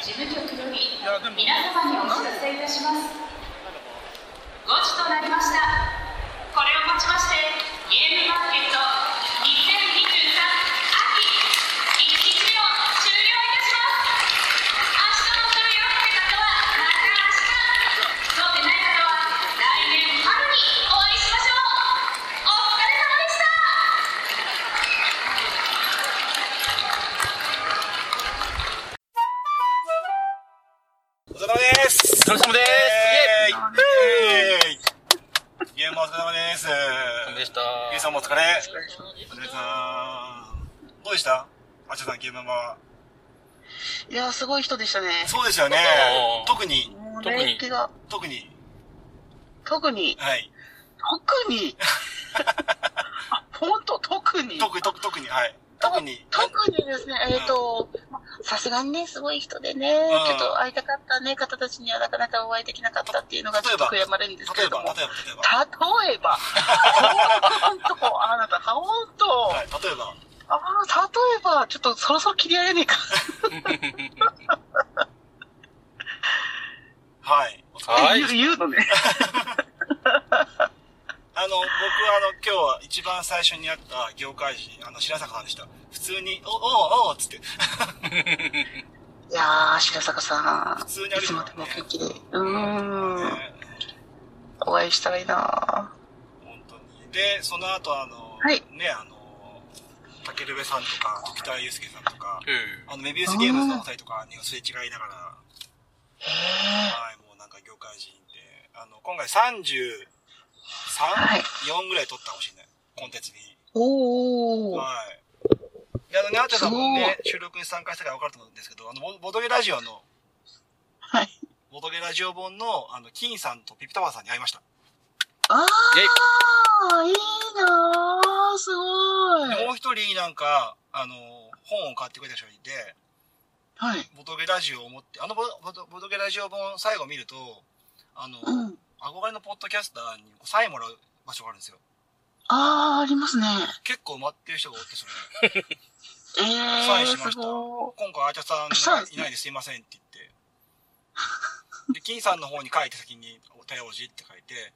[SPEAKER 9] 事務局より皆様にお知らせいたします5時となりましたこれをもちましてゲームマーケット2023秋1日目を終了いたします明日の取り寄せ方はまた明日そうでない方は来年春にお会いしましょうお疲れ様でした
[SPEAKER 2] お疲れ様ですお疲れ様ですイエーイゲームお疲れ様ですでしたゆうさんもお疲れお疲れ様どうでしたあちゃさんゲームはい
[SPEAKER 17] やー、すごい人でしたね。
[SPEAKER 2] そうですよね特に
[SPEAKER 17] もう年季が。
[SPEAKER 2] 特に
[SPEAKER 17] 特に。
[SPEAKER 2] はい
[SPEAKER 17] 特に。あ、ほんと、特に。
[SPEAKER 2] 特、特、特に、はい。特に。
[SPEAKER 17] 特にですね、えっ、と、まさすがにね、すごい人でね、
[SPEAKER 2] うん、
[SPEAKER 17] ちょっと会いたかったね、方たちにはなかなかお会いできなかったっていうのがちょっと悔やまれるんですけれども。例えば、例えば、例えば。本当、あなた、本当。はい
[SPEAKER 2] 例えば。
[SPEAKER 17] ああ、例えば、ちょっとそろそろ切り上げねえか。
[SPEAKER 2] はい。
[SPEAKER 17] 言う言う のね。
[SPEAKER 2] あの、僕はあの、今日は一番最初に会った業界人、あの、白坂さんでした。普通に、お、お、お、つって。
[SPEAKER 17] いやー、白坂さん。普通にいつまでも元気で。うーん。お会いしたらいいな
[SPEAKER 2] で、その後あの、
[SPEAKER 17] はい
[SPEAKER 2] ね、あの、竹部さんとか、時田祐介さんとか、あのメビウスゲームズのお二人とかにすれ違いながら、はい、もうなんか業界人って、あの、今回 33?4、4ぐらい取ったかもしれない。コンテンツに。
[SPEAKER 17] おー。
[SPEAKER 2] はい。で、あのね、あとさんもね、収録に参加したから分かると思うんですけど、あの、ボボドゲラジオの、
[SPEAKER 17] はい。
[SPEAKER 2] ボドゲラジオ本の、あの、金さんとピピタマンさんに会いました。
[SPEAKER 17] あ
[SPEAKER 2] イェイ
[SPEAKER 17] ー、いいなー、すご
[SPEAKER 2] で
[SPEAKER 17] い。
[SPEAKER 2] もう一人、なんか、あの、本を買ってくれた人がいて、
[SPEAKER 17] はい。
[SPEAKER 2] ボトゲラジオを持って、あのボボトボトゲラジオ本最後見ると、あの、憧れのポッドキャスターにサインもらう場所があるんですよ。
[SPEAKER 17] あー、あります ね。
[SPEAKER 2] 結構待ってる人がおって、それ。
[SPEAKER 17] え
[SPEAKER 2] サインし
[SPEAKER 17] ー、
[SPEAKER 2] まし
[SPEAKER 17] す
[SPEAKER 2] た。
[SPEAKER 17] ご
[SPEAKER 2] 今回、あちゃさんがいないですいませんって言 って。で、金さんの方に書いて先に、お手王子って書いて、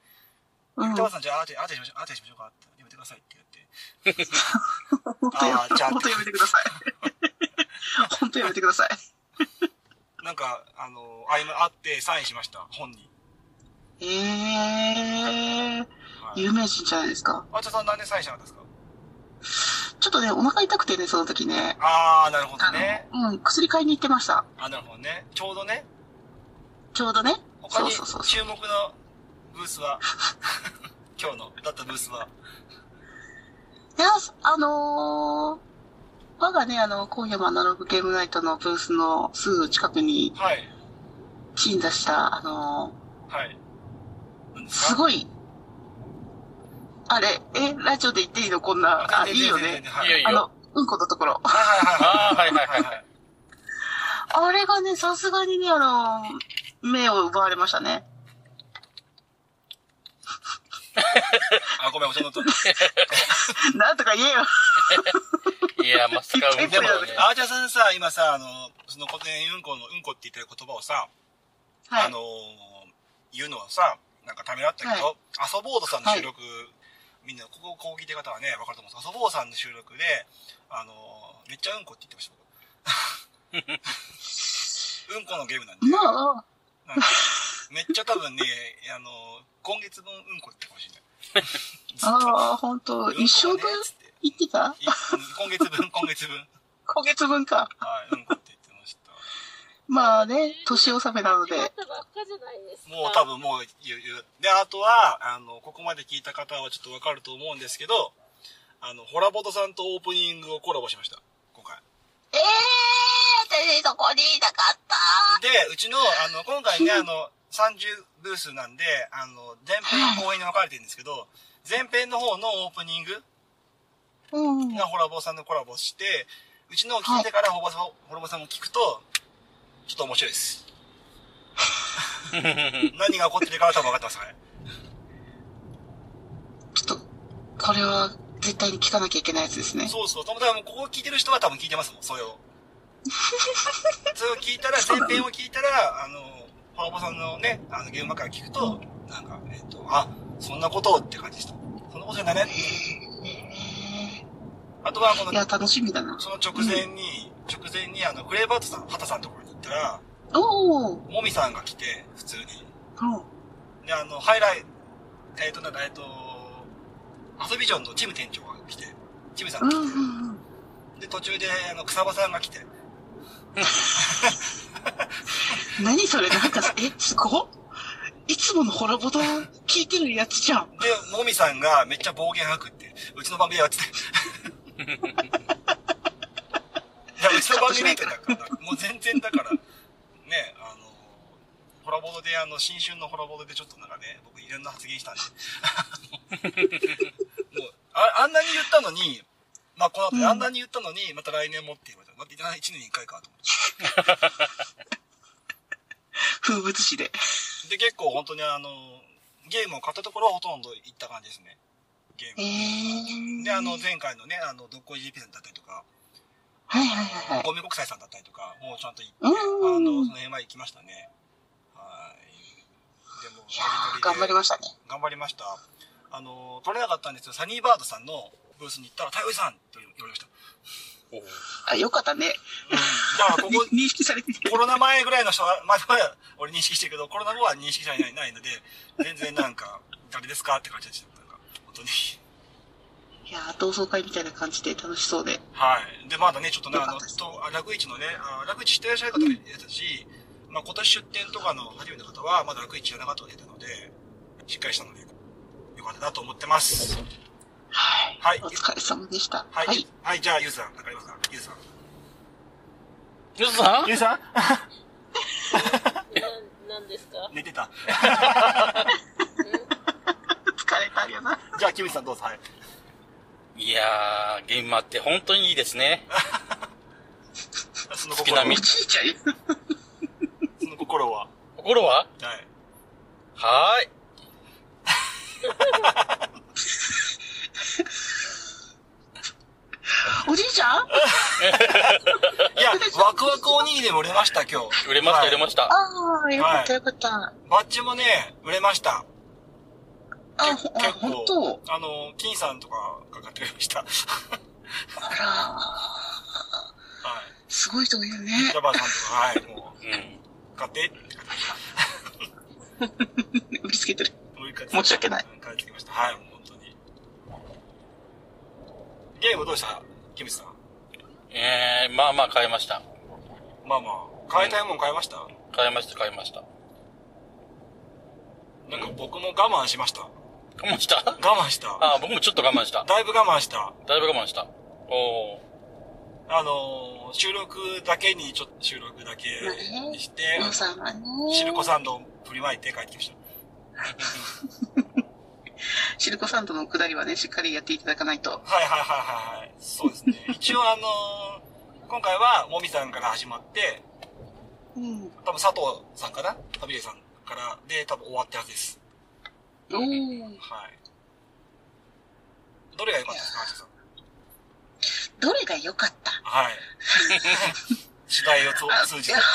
[SPEAKER 17] うん
[SPEAKER 2] 北川さん、じゃあ、アーテアーテしましょう、アーテしましょうかって、やめてくださいって言って。
[SPEAKER 17] 本当 や
[SPEAKER 2] あーじゃあ
[SPEAKER 17] 本当やめてください。本当やめてください。
[SPEAKER 2] なんか、あの、合間会ってサインしました、本に。
[SPEAKER 17] えー、有名人じゃないですか。
[SPEAKER 2] あちゃさん、なんでサインしなかったんですか
[SPEAKER 17] ちょっとね、お腹痛くてね、その時ね。
[SPEAKER 2] あー、なるほどね。
[SPEAKER 17] うん、薬買いに行ってました。
[SPEAKER 2] あ、なるほどね。ちょうどね、
[SPEAKER 17] ちょうどね。
[SPEAKER 2] 他
[SPEAKER 17] そ
[SPEAKER 2] に
[SPEAKER 17] うそうそう。
[SPEAKER 2] 注目のブースは、 今日の、だったブースは。
[SPEAKER 17] いや、あのー、我がね、あの、今夜もアナログゲームナイトのブースのすぐ近くに、
[SPEAKER 2] はい。
[SPEAKER 17] 鎮座した、あの
[SPEAKER 2] はい。
[SPEAKER 17] ー、すごい、あれ、え、ラジオで言っていいのこんな、あ、いいよね。
[SPEAKER 2] いいよいいよ
[SPEAKER 17] あの、うんこのところ。
[SPEAKER 2] あー、はいはいはいはい。
[SPEAKER 17] あれがね、さすがにね、あの、目を奪われましたね。
[SPEAKER 2] あ、ごめん、お茶の音。
[SPEAKER 17] なんとか言えよ。
[SPEAKER 18] いや、まさかうん
[SPEAKER 2] で
[SPEAKER 18] こ
[SPEAKER 2] も
[SPEAKER 18] だね、。
[SPEAKER 2] あーちゃんさんさ、今さ、あの、その古典うんこのうんこって言ってる言葉をさ、あのー、言うのはさ、なんかためらったけ
[SPEAKER 19] は
[SPEAKER 2] ど、あそぼうとさんの収録、みんな、ここ、こう聞いてる方はね、わかると思うんですあそぼうさんの収録で、あのー、めっちゃうんこって言ってました 僕。うんこのゲームなんで、
[SPEAKER 17] まあ、
[SPEAKER 2] なんかめっちゃ多分ね、あのー、今月分うんこって言ってほしいね。
[SPEAKER 17] ああ、本当一生分言ってた
[SPEAKER 2] い今月分、今月分。
[SPEAKER 17] 今月分か。
[SPEAKER 2] はい、うんこって言ってました。
[SPEAKER 17] まあね、年納めなので。
[SPEAKER 2] もう多分もう言う、言う。で、あとは、あの、ここまで聞いた方はちょっとわかると思うんですけど、あの、ホラボトさんとオープニングをコラボしました。今回。
[SPEAKER 17] ええー、私そこにいたかった。
[SPEAKER 2] で、うちの、あの、今回ね、あの、30ブースなんで、あの、前編後編に分かれてるんですけど、前編の方のオープニングがホラボさんのコラボして、うちのを聞いてからホラボさんホラボさんも聞くと、ちょっと面白いです。何が起こってるかは多分分かってます、ね。
[SPEAKER 17] これは絶対に聞かなきゃいけないやつですね。
[SPEAKER 2] そうそう。多分、ここ聞いてる人は多分聞いてますもん、それを。それを聞いたら、前編を聞いたら、あの、ホラボさんのね、あの、ゲームマーカー聞くと、なんか、えっ、と、あ、そんなことをって感じでした。そんなことじゃないねって。あとは、この、
[SPEAKER 17] いや、楽しみだな。
[SPEAKER 2] その直前に、直前に、あの、クレーバートさん、畑さんのところに行ったら、
[SPEAKER 17] おお。
[SPEAKER 2] もみさんが来て、普通に。
[SPEAKER 17] うん。
[SPEAKER 2] で、あの、ハイライト、えっと、なんだ、えっと、遊びジョンのチム店長が来て、チムさんが来て、で、途中で、あの、草場さんが来て、
[SPEAKER 17] 何それなんか、え、すごいつものホラボタ聞いてるやつじゃん。
[SPEAKER 2] で、もみさんがめっちゃ暴言吐くって、うちの番組やってて。いや、うちの番組ってだから、もう全然だから、ね、あの、ホラボドで、あの、新春のホラボドでちょっとなんかね、僕いろんな発言したんで。もうあ、あんなに言ったのに、まあ、この後ね、あんなに言ったのに、また来年もって言われた。また1年に1回かと思って。
[SPEAKER 17] 風物詩で。
[SPEAKER 2] で、結構本当にあの、ゲームを買ったところはほとんど行った感じですね。ゲーム。で、あの、前回のね、あの、どっこい GP さんだったりとか、
[SPEAKER 17] はいはいはいはい。
[SPEAKER 2] ゴミ国際さんだったりとか、もうちゃんと行って、
[SPEAKER 17] う
[SPEAKER 2] あ
[SPEAKER 17] ん
[SPEAKER 2] の、その辺まで行きましたね。はい。でも、
[SPEAKER 17] 頑張りましたね。
[SPEAKER 2] 頑張りました。あの、取れなかったんですけど、サニーバードさんのブースに行ったら、太陽さんと言われました。
[SPEAKER 17] あ、よかったね。
[SPEAKER 2] だからこ こ、
[SPEAKER 17] 認識されて
[SPEAKER 2] コロナ前ぐらいの人は、まだまだ俺認識してるけど、コロナ後は認識されないないので、全然なんか、誰ですかって感じでした。なんか、本当に。
[SPEAKER 17] いやー同窓会みたいな感じで楽しそう で。
[SPEAKER 2] はい。で、まだね、ちょっとね、あの、とあ楽市のね、あ楽市知ってらっしゃる方もいたし、まあ、今年出店とかの初めての方は、まだ楽市じゃなかったわけなので、しっかりしたので、よかったなと思ってます。
[SPEAKER 17] はい。
[SPEAKER 2] はい。
[SPEAKER 17] お疲れ様でした。
[SPEAKER 2] はい。はい、じゃあ、ゆうさん、わかりますかゆうさん。
[SPEAKER 12] ゆうさん
[SPEAKER 2] ゆうさん
[SPEAKER 20] なんですか
[SPEAKER 2] 寝てた。
[SPEAKER 17] 疲れたよな。
[SPEAKER 2] じゃあ、キムチさんどうぞ、 はい。
[SPEAKER 21] いやー、現場って本当にいいですね。
[SPEAKER 2] そ
[SPEAKER 21] 好きな道。
[SPEAKER 2] その心は
[SPEAKER 21] 心は
[SPEAKER 2] はい。
[SPEAKER 21] はーい。
[SPEAKER 17] おじいちゃん
[SPEAKER 2] いや、ワクワクおにぎりも売れました、今日。
[SPEAKER 21] 売れました、売れました。
[SPEAKER 17] ああ、よかったよかった。
[SPEAKER 2] バッジもね、売れました。
[SPEAKER 17] あ、ほ、あ、ほんと
[SPEAKER 2] あの、金さんとかが買ってくれました。
[SPEAKER 17] あらーすごいとこ言うね。
[SPEAKER 2] ジャバーさんとか、はい、もう、買って、
[SPEAKER 17] 売りつけてる。
[SPEAKER 2] 申し訳ない。買ってきました。はい、もう本当に。ゲームどうしたキムチさん。
[SPEAKER 21] えー、まあまあ買いました。
[SPEAKER 2] まあまあ、買いたいもん買いました、
[SPEAKER 21] 買いました、買いました。
[SPEAKER 2] なんか僕も我慢し ました。我
[SPEAKER 21] 慢した我
[SPEAKER 2] 慢した。
[SPEAKER 21] あー、僕もちょっと我慢した。
[SPEAKER 2] だいぶ我慢した。
[SPEAKER 21] だいぶ我慢した。おー。
[SPEAKER 2] あのー、収録だけに、ちょっと収録だけにして、
[SPEAKER 17] 皆さんはね。
[SPEAKER 2] シルコサンドを振りまいて帰ってきました。
[SPEAKER 17] シルコサンドの下りはね、しっかりやっていただかないと。
[SPEAKER 2] はいはいはいはいはい。そうですね。一応あのー今回はもみさんから始まって、
[SPEAKER 17] うん。
[SPEAKER 2] 多分佐藤さんかなタビレさんからで多分終わったはずです。
[SPEAKER 17] おー
[SPEAKER 2] はい。どれが良かったですか、アキさん。
[SPEAKER 17] どれが良かった
[SPEAKER 2] はい。 主題をつ通じて。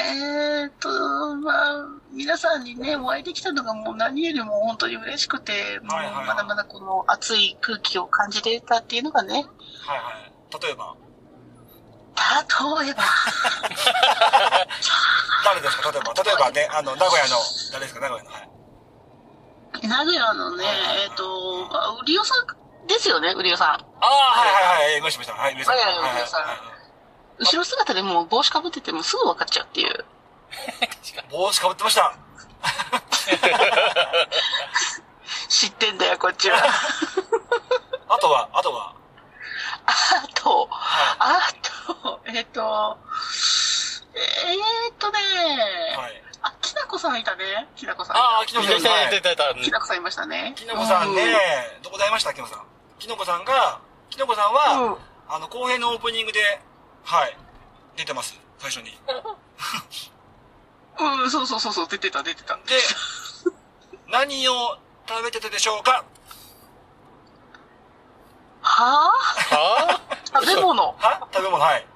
[SPEAKER 17] えーっと、まあ、皆さんにね、お会いできたのがもう何よりも本当に嬉しくて、もうまだまだこの熱い空気を感じてたっていうのがね、
[SPEAKER 2] はいはい。例えば、
[SPEAKER 17] 例えば、
[SPEAKER 2] 誰ですか例えば、例えばね、あの、名古屋の、誰ですか名古屋の。はい。
[SPEAKER 17] 名古屋のね、えーっと、まあ、ウリオさんですよね、ウリオさん。
[SPEAKER 2] ああ、はいはいはい。もしもした。はい、皆さん。
[SPEAKER 17] はいはい
[SPEAKER 2] はい
[SPEAKER 17] 皆さん後ろ姿でもう帽子かぶっててもすぐ分かっちゃうっていう。
[SPEAKER 2] 帽子かぶってました。
[SPEAKER 17] 知ってんだよ、こっちは。
[SPEAKER 2] あとは、あとは、
[SPEAKER 17] あと、あと、えっ、と、えー、っとね、あ、きなこさんいたね、きなこさんいた。
[SPEAKER 2] あーきなこさんいたいたいたいた
[SPEAKER 17] きなこさんいましたね。
[SPEAKER 2] きのこさんね、どこで会いましたきのこさん。きのこさんが、きのこさんは、あの、後編のオープニングで、はい、出てます。最初に。
[SPEAKER 17] うん。うん、そうそうそうそう、出てた、出てた。
[SPEAKER 2] で、何を食べてたでしょうか
[SPEAKER 17] は
[SPEAKER 2] は
[SPEAKER 17] ぁ食べ物
[SPEAKER 2] は食べ物、はい。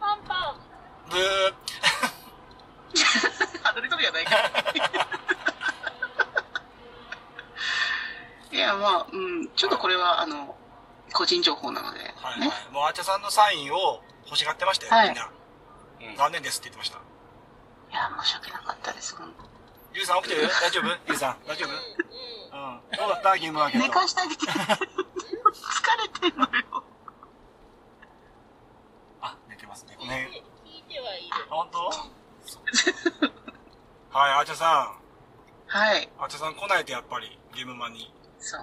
[SPEAKER 20] パンパン
[SPEAKER 2] ブー。
[SPEAKER 17] 外れとるやないか。いや、まあ、うん、ちょっとこれは、あの、個人情報なので、
[SPEAKER 2] はい、はい。もう、あちゃさんのサインを欲しがってましたよ、
[SPEAKER 17] はい
[SPEAKER 2] みんな。残念ですって言ってました。
[SPEAKER 17] いや、申し訳なかったです、本当
[SPEAKER 2] ゆうさん起きてる大丈夫ゆうさん、大丈夫うん。どうだったゲームマーケット。
[SPEAKER 17] 寝かして あげて。疲れてんのよ。
[SPEAKER 2] あ、寝てますね。ご
[SPEAKER 20] 聞い
[SPEAKER 2] めん。
[SPEAKER 20] て聞いてはいる
[SPEAKER 2] 本当 はい、あちゃさん。
[SPEAKER 17] はい。
[SPEAKER 2] あちゃさん来ないとやっぱり、ゲームマンに。
[SPEAKER 17] そ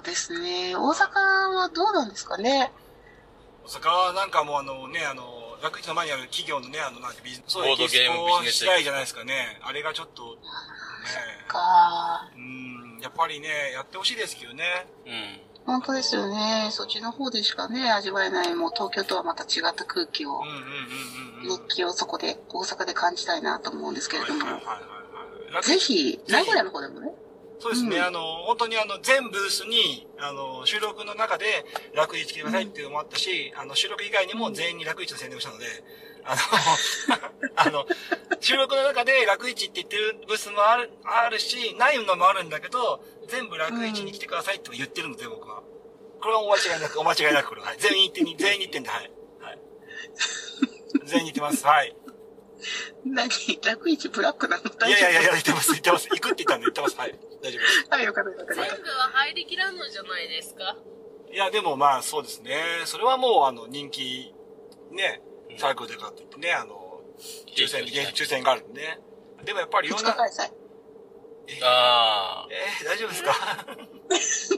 [SPEAKER 17] うですね。大阪はどうなんですかね。
[SPEAKER 2] 大阪はなんかもうあのね、あの、楽市の前にある企業のね、あの、なんてビジネス、
[SPEAKER 21] ボードゲームビジネス
[SPEAKER 2] 次第じゃないですかね。あれがちょっと、ね。
[SPEAKER 17] か
[SPEAKER 2] うん、やっぱりね、やってほしいですけどね。うん。
[SPEAKER 17] 本当ですよね。そっちの方でしかね、味わえない、もう東京とはまた違った空気を、熱気をそこで、大阪で感じたいなと思うんですけれども。ぜひ、名古屋の方でもね。
[SPEAKER 2] そうですね、
[SPEAKER 17] うん
[SPEAKER 2] あの、本当にあの、全ブースに、あの、収録の中で楽市来てくださいっていうのもあったし、あの、収録以外にも全員に楽市の宣伝をしたので、あの、あの、 収録の中で楽市って言ってるブースもある、あるし、ないのもあるんだけど、全部楽市に来てくださいって言ってるので、僕は。これはお間違いなく、お間違いな く、これは。はい全員言ってに、全員言ってんで、はい。はい。全員言ってます、はい。
[SPEAKER 17] 何楽市ブラックなの
[SPEAKER 2] いやいやいや、言ってます、言ってます。行くって言ったんで、言ってます。はい。大丈夫です。
[SPEAKER 17] はい、よかったよかった。
[SPEAKER 9] 全部は入りきらんのじゃないですか
[SPEAKER 2] いや、でもまあ、そうですね。それはもう、あの、人気、ね、サークルでかって言ってね、あの、抽選、抽選があるんでね。でもやっぱりいろんな。
[SPEAKER 21] ああ。
[SPEAKER 2] えー、大丈夫ですか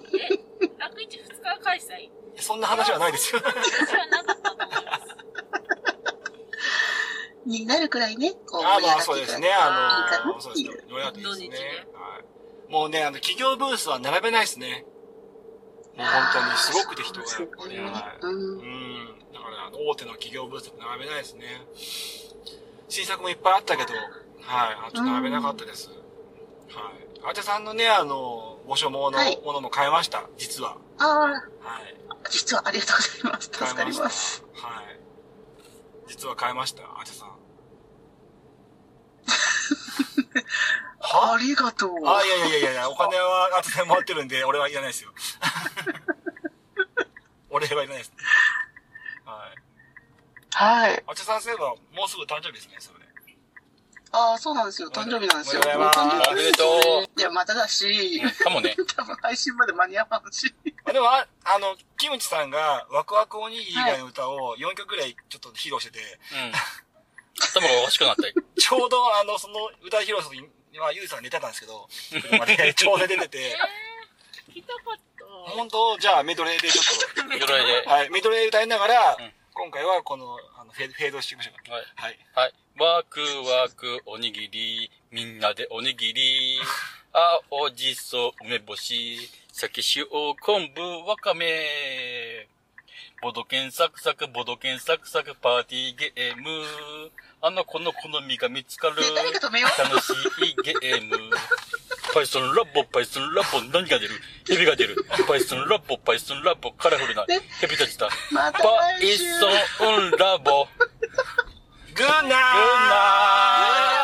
[SPEAKER 9] 楽市2日開催
[SPEAKER 2] そんな話はないですよ。
[SPEAKER 9] 私はなかったと思います。
[SPEAKER 17] になるくらいね、こう、
[SPEAKER 2] ああ、
[SPEAKER 17] 盛り上
[SPEAKER 2] ま
[SPEAKER 17] が
[SPEAKER 2] あ
[SPEAKER 17] って
[SPEAKER 2] そう
[SPEAKER 17] い
[SPEAKER 2] で
[SPEAKER 17] た
[SPEAKER 2] す
[SPEAKER 17] ら
[SPEAKER 2] ね。あ
[SPEAKER 17] いいか
[SPEAKER 2] の、
[SPEAKER 17] な
[SPEAKER 2] そう
[SPEAKER 17] っ
[SPEAKER 2] です
[SPEAKER 17] てい
[SPEAKER 2] ね
[SPEAKER 17] う。。
[SPEAKER 2] はい。もうね、
[SPEAKER 9] 土
[SPEAKER 2] はい。もうね、あの、企業ブースは並べないですね。もう本当にすごくて人がやっぱり、はい。うん。だから、あの、大手の企業ブースとか並べないですね。新作もいっぱいあったけど、はい。あちょっと並べなかったです。はい。あてさんのね、あの、ご所望のものも買いました、実は。
[SPEAKER 17] ああ、
[SPEAKER 2] はい。
[SPEAKER 17] 実はありがとうございます。助かります。
[SPEAKER 2] 買いました。はい。実は買いました、あてさん。
[SPEAKER 17] ありがとう。
[SPEAKER 2] あ、いやいやいやいや、お金はあてさんもらってるんで、俺はいらないですよ。 俺はいらないです。はい。
[SPEAKER 17] はい。
[SPEAKER 2] あてさんすれば、もうすぐ誕生日ですね、それで。
[SPEAKER 17] ああ、そうなんですよ。誕生日なんですよ。
[SPEAKER 2] おめでとうございます
[SPEAKER 17] も誕生日ですよねいや、まただし。
[SPEAKER 2] かもね。
[SPEAKER 17] 多分配信まで間に合わんし。
[SPEAKER 2] でも、ああの、キムチさんが、ワクワクおにぎり以外の歌を4曲ぐらいちょっと披露してて、
[SPEAKER 21] 頭がおかしくなったよ。
[SPEAKER 2] ちょうど、あの、その歌披露する時に、まあ、ゆうさん寝てたんですけど、車 でちょうど出てて、
[SPEAKER 9] 聞いたかった。
[SPEAKER 2] 本当じゃあメドレーでちょっと。
[SPEAKER 21] メドレーで
[SPEAKER 2] はい、メドレー歌いながら、今回はこの、あの、フェーフェードしてみましょうか。はい。
[SPEAKER 21] はい。ワクワクおにぎり、みんなでおにぎり。青じそ梅干し、鮭塩昆布わかめ。ボドケンサクサク、ボドケンサクサク、パーティーゲーム。あの子の好みが見つかる。
[SPEAKER 17] 誰か止めよう
[SPEAKER 21] 楽しいゲーム。パイソンラボ、パイソンラボ、何が出る蛇が出る。パイソンラボ、パイソンラボ、カラフルな蛇たちだ。
[SPEAKER 17] また
[SPEAKER 21] パ
[SPEAKER 17] 来
[SPEAKER 21] イ
[SPEAKER 17] 週
[SPEAKER 21] ソンラボ。
[SPEAKER 2] グッナー
[SPEAKER 21] グッナー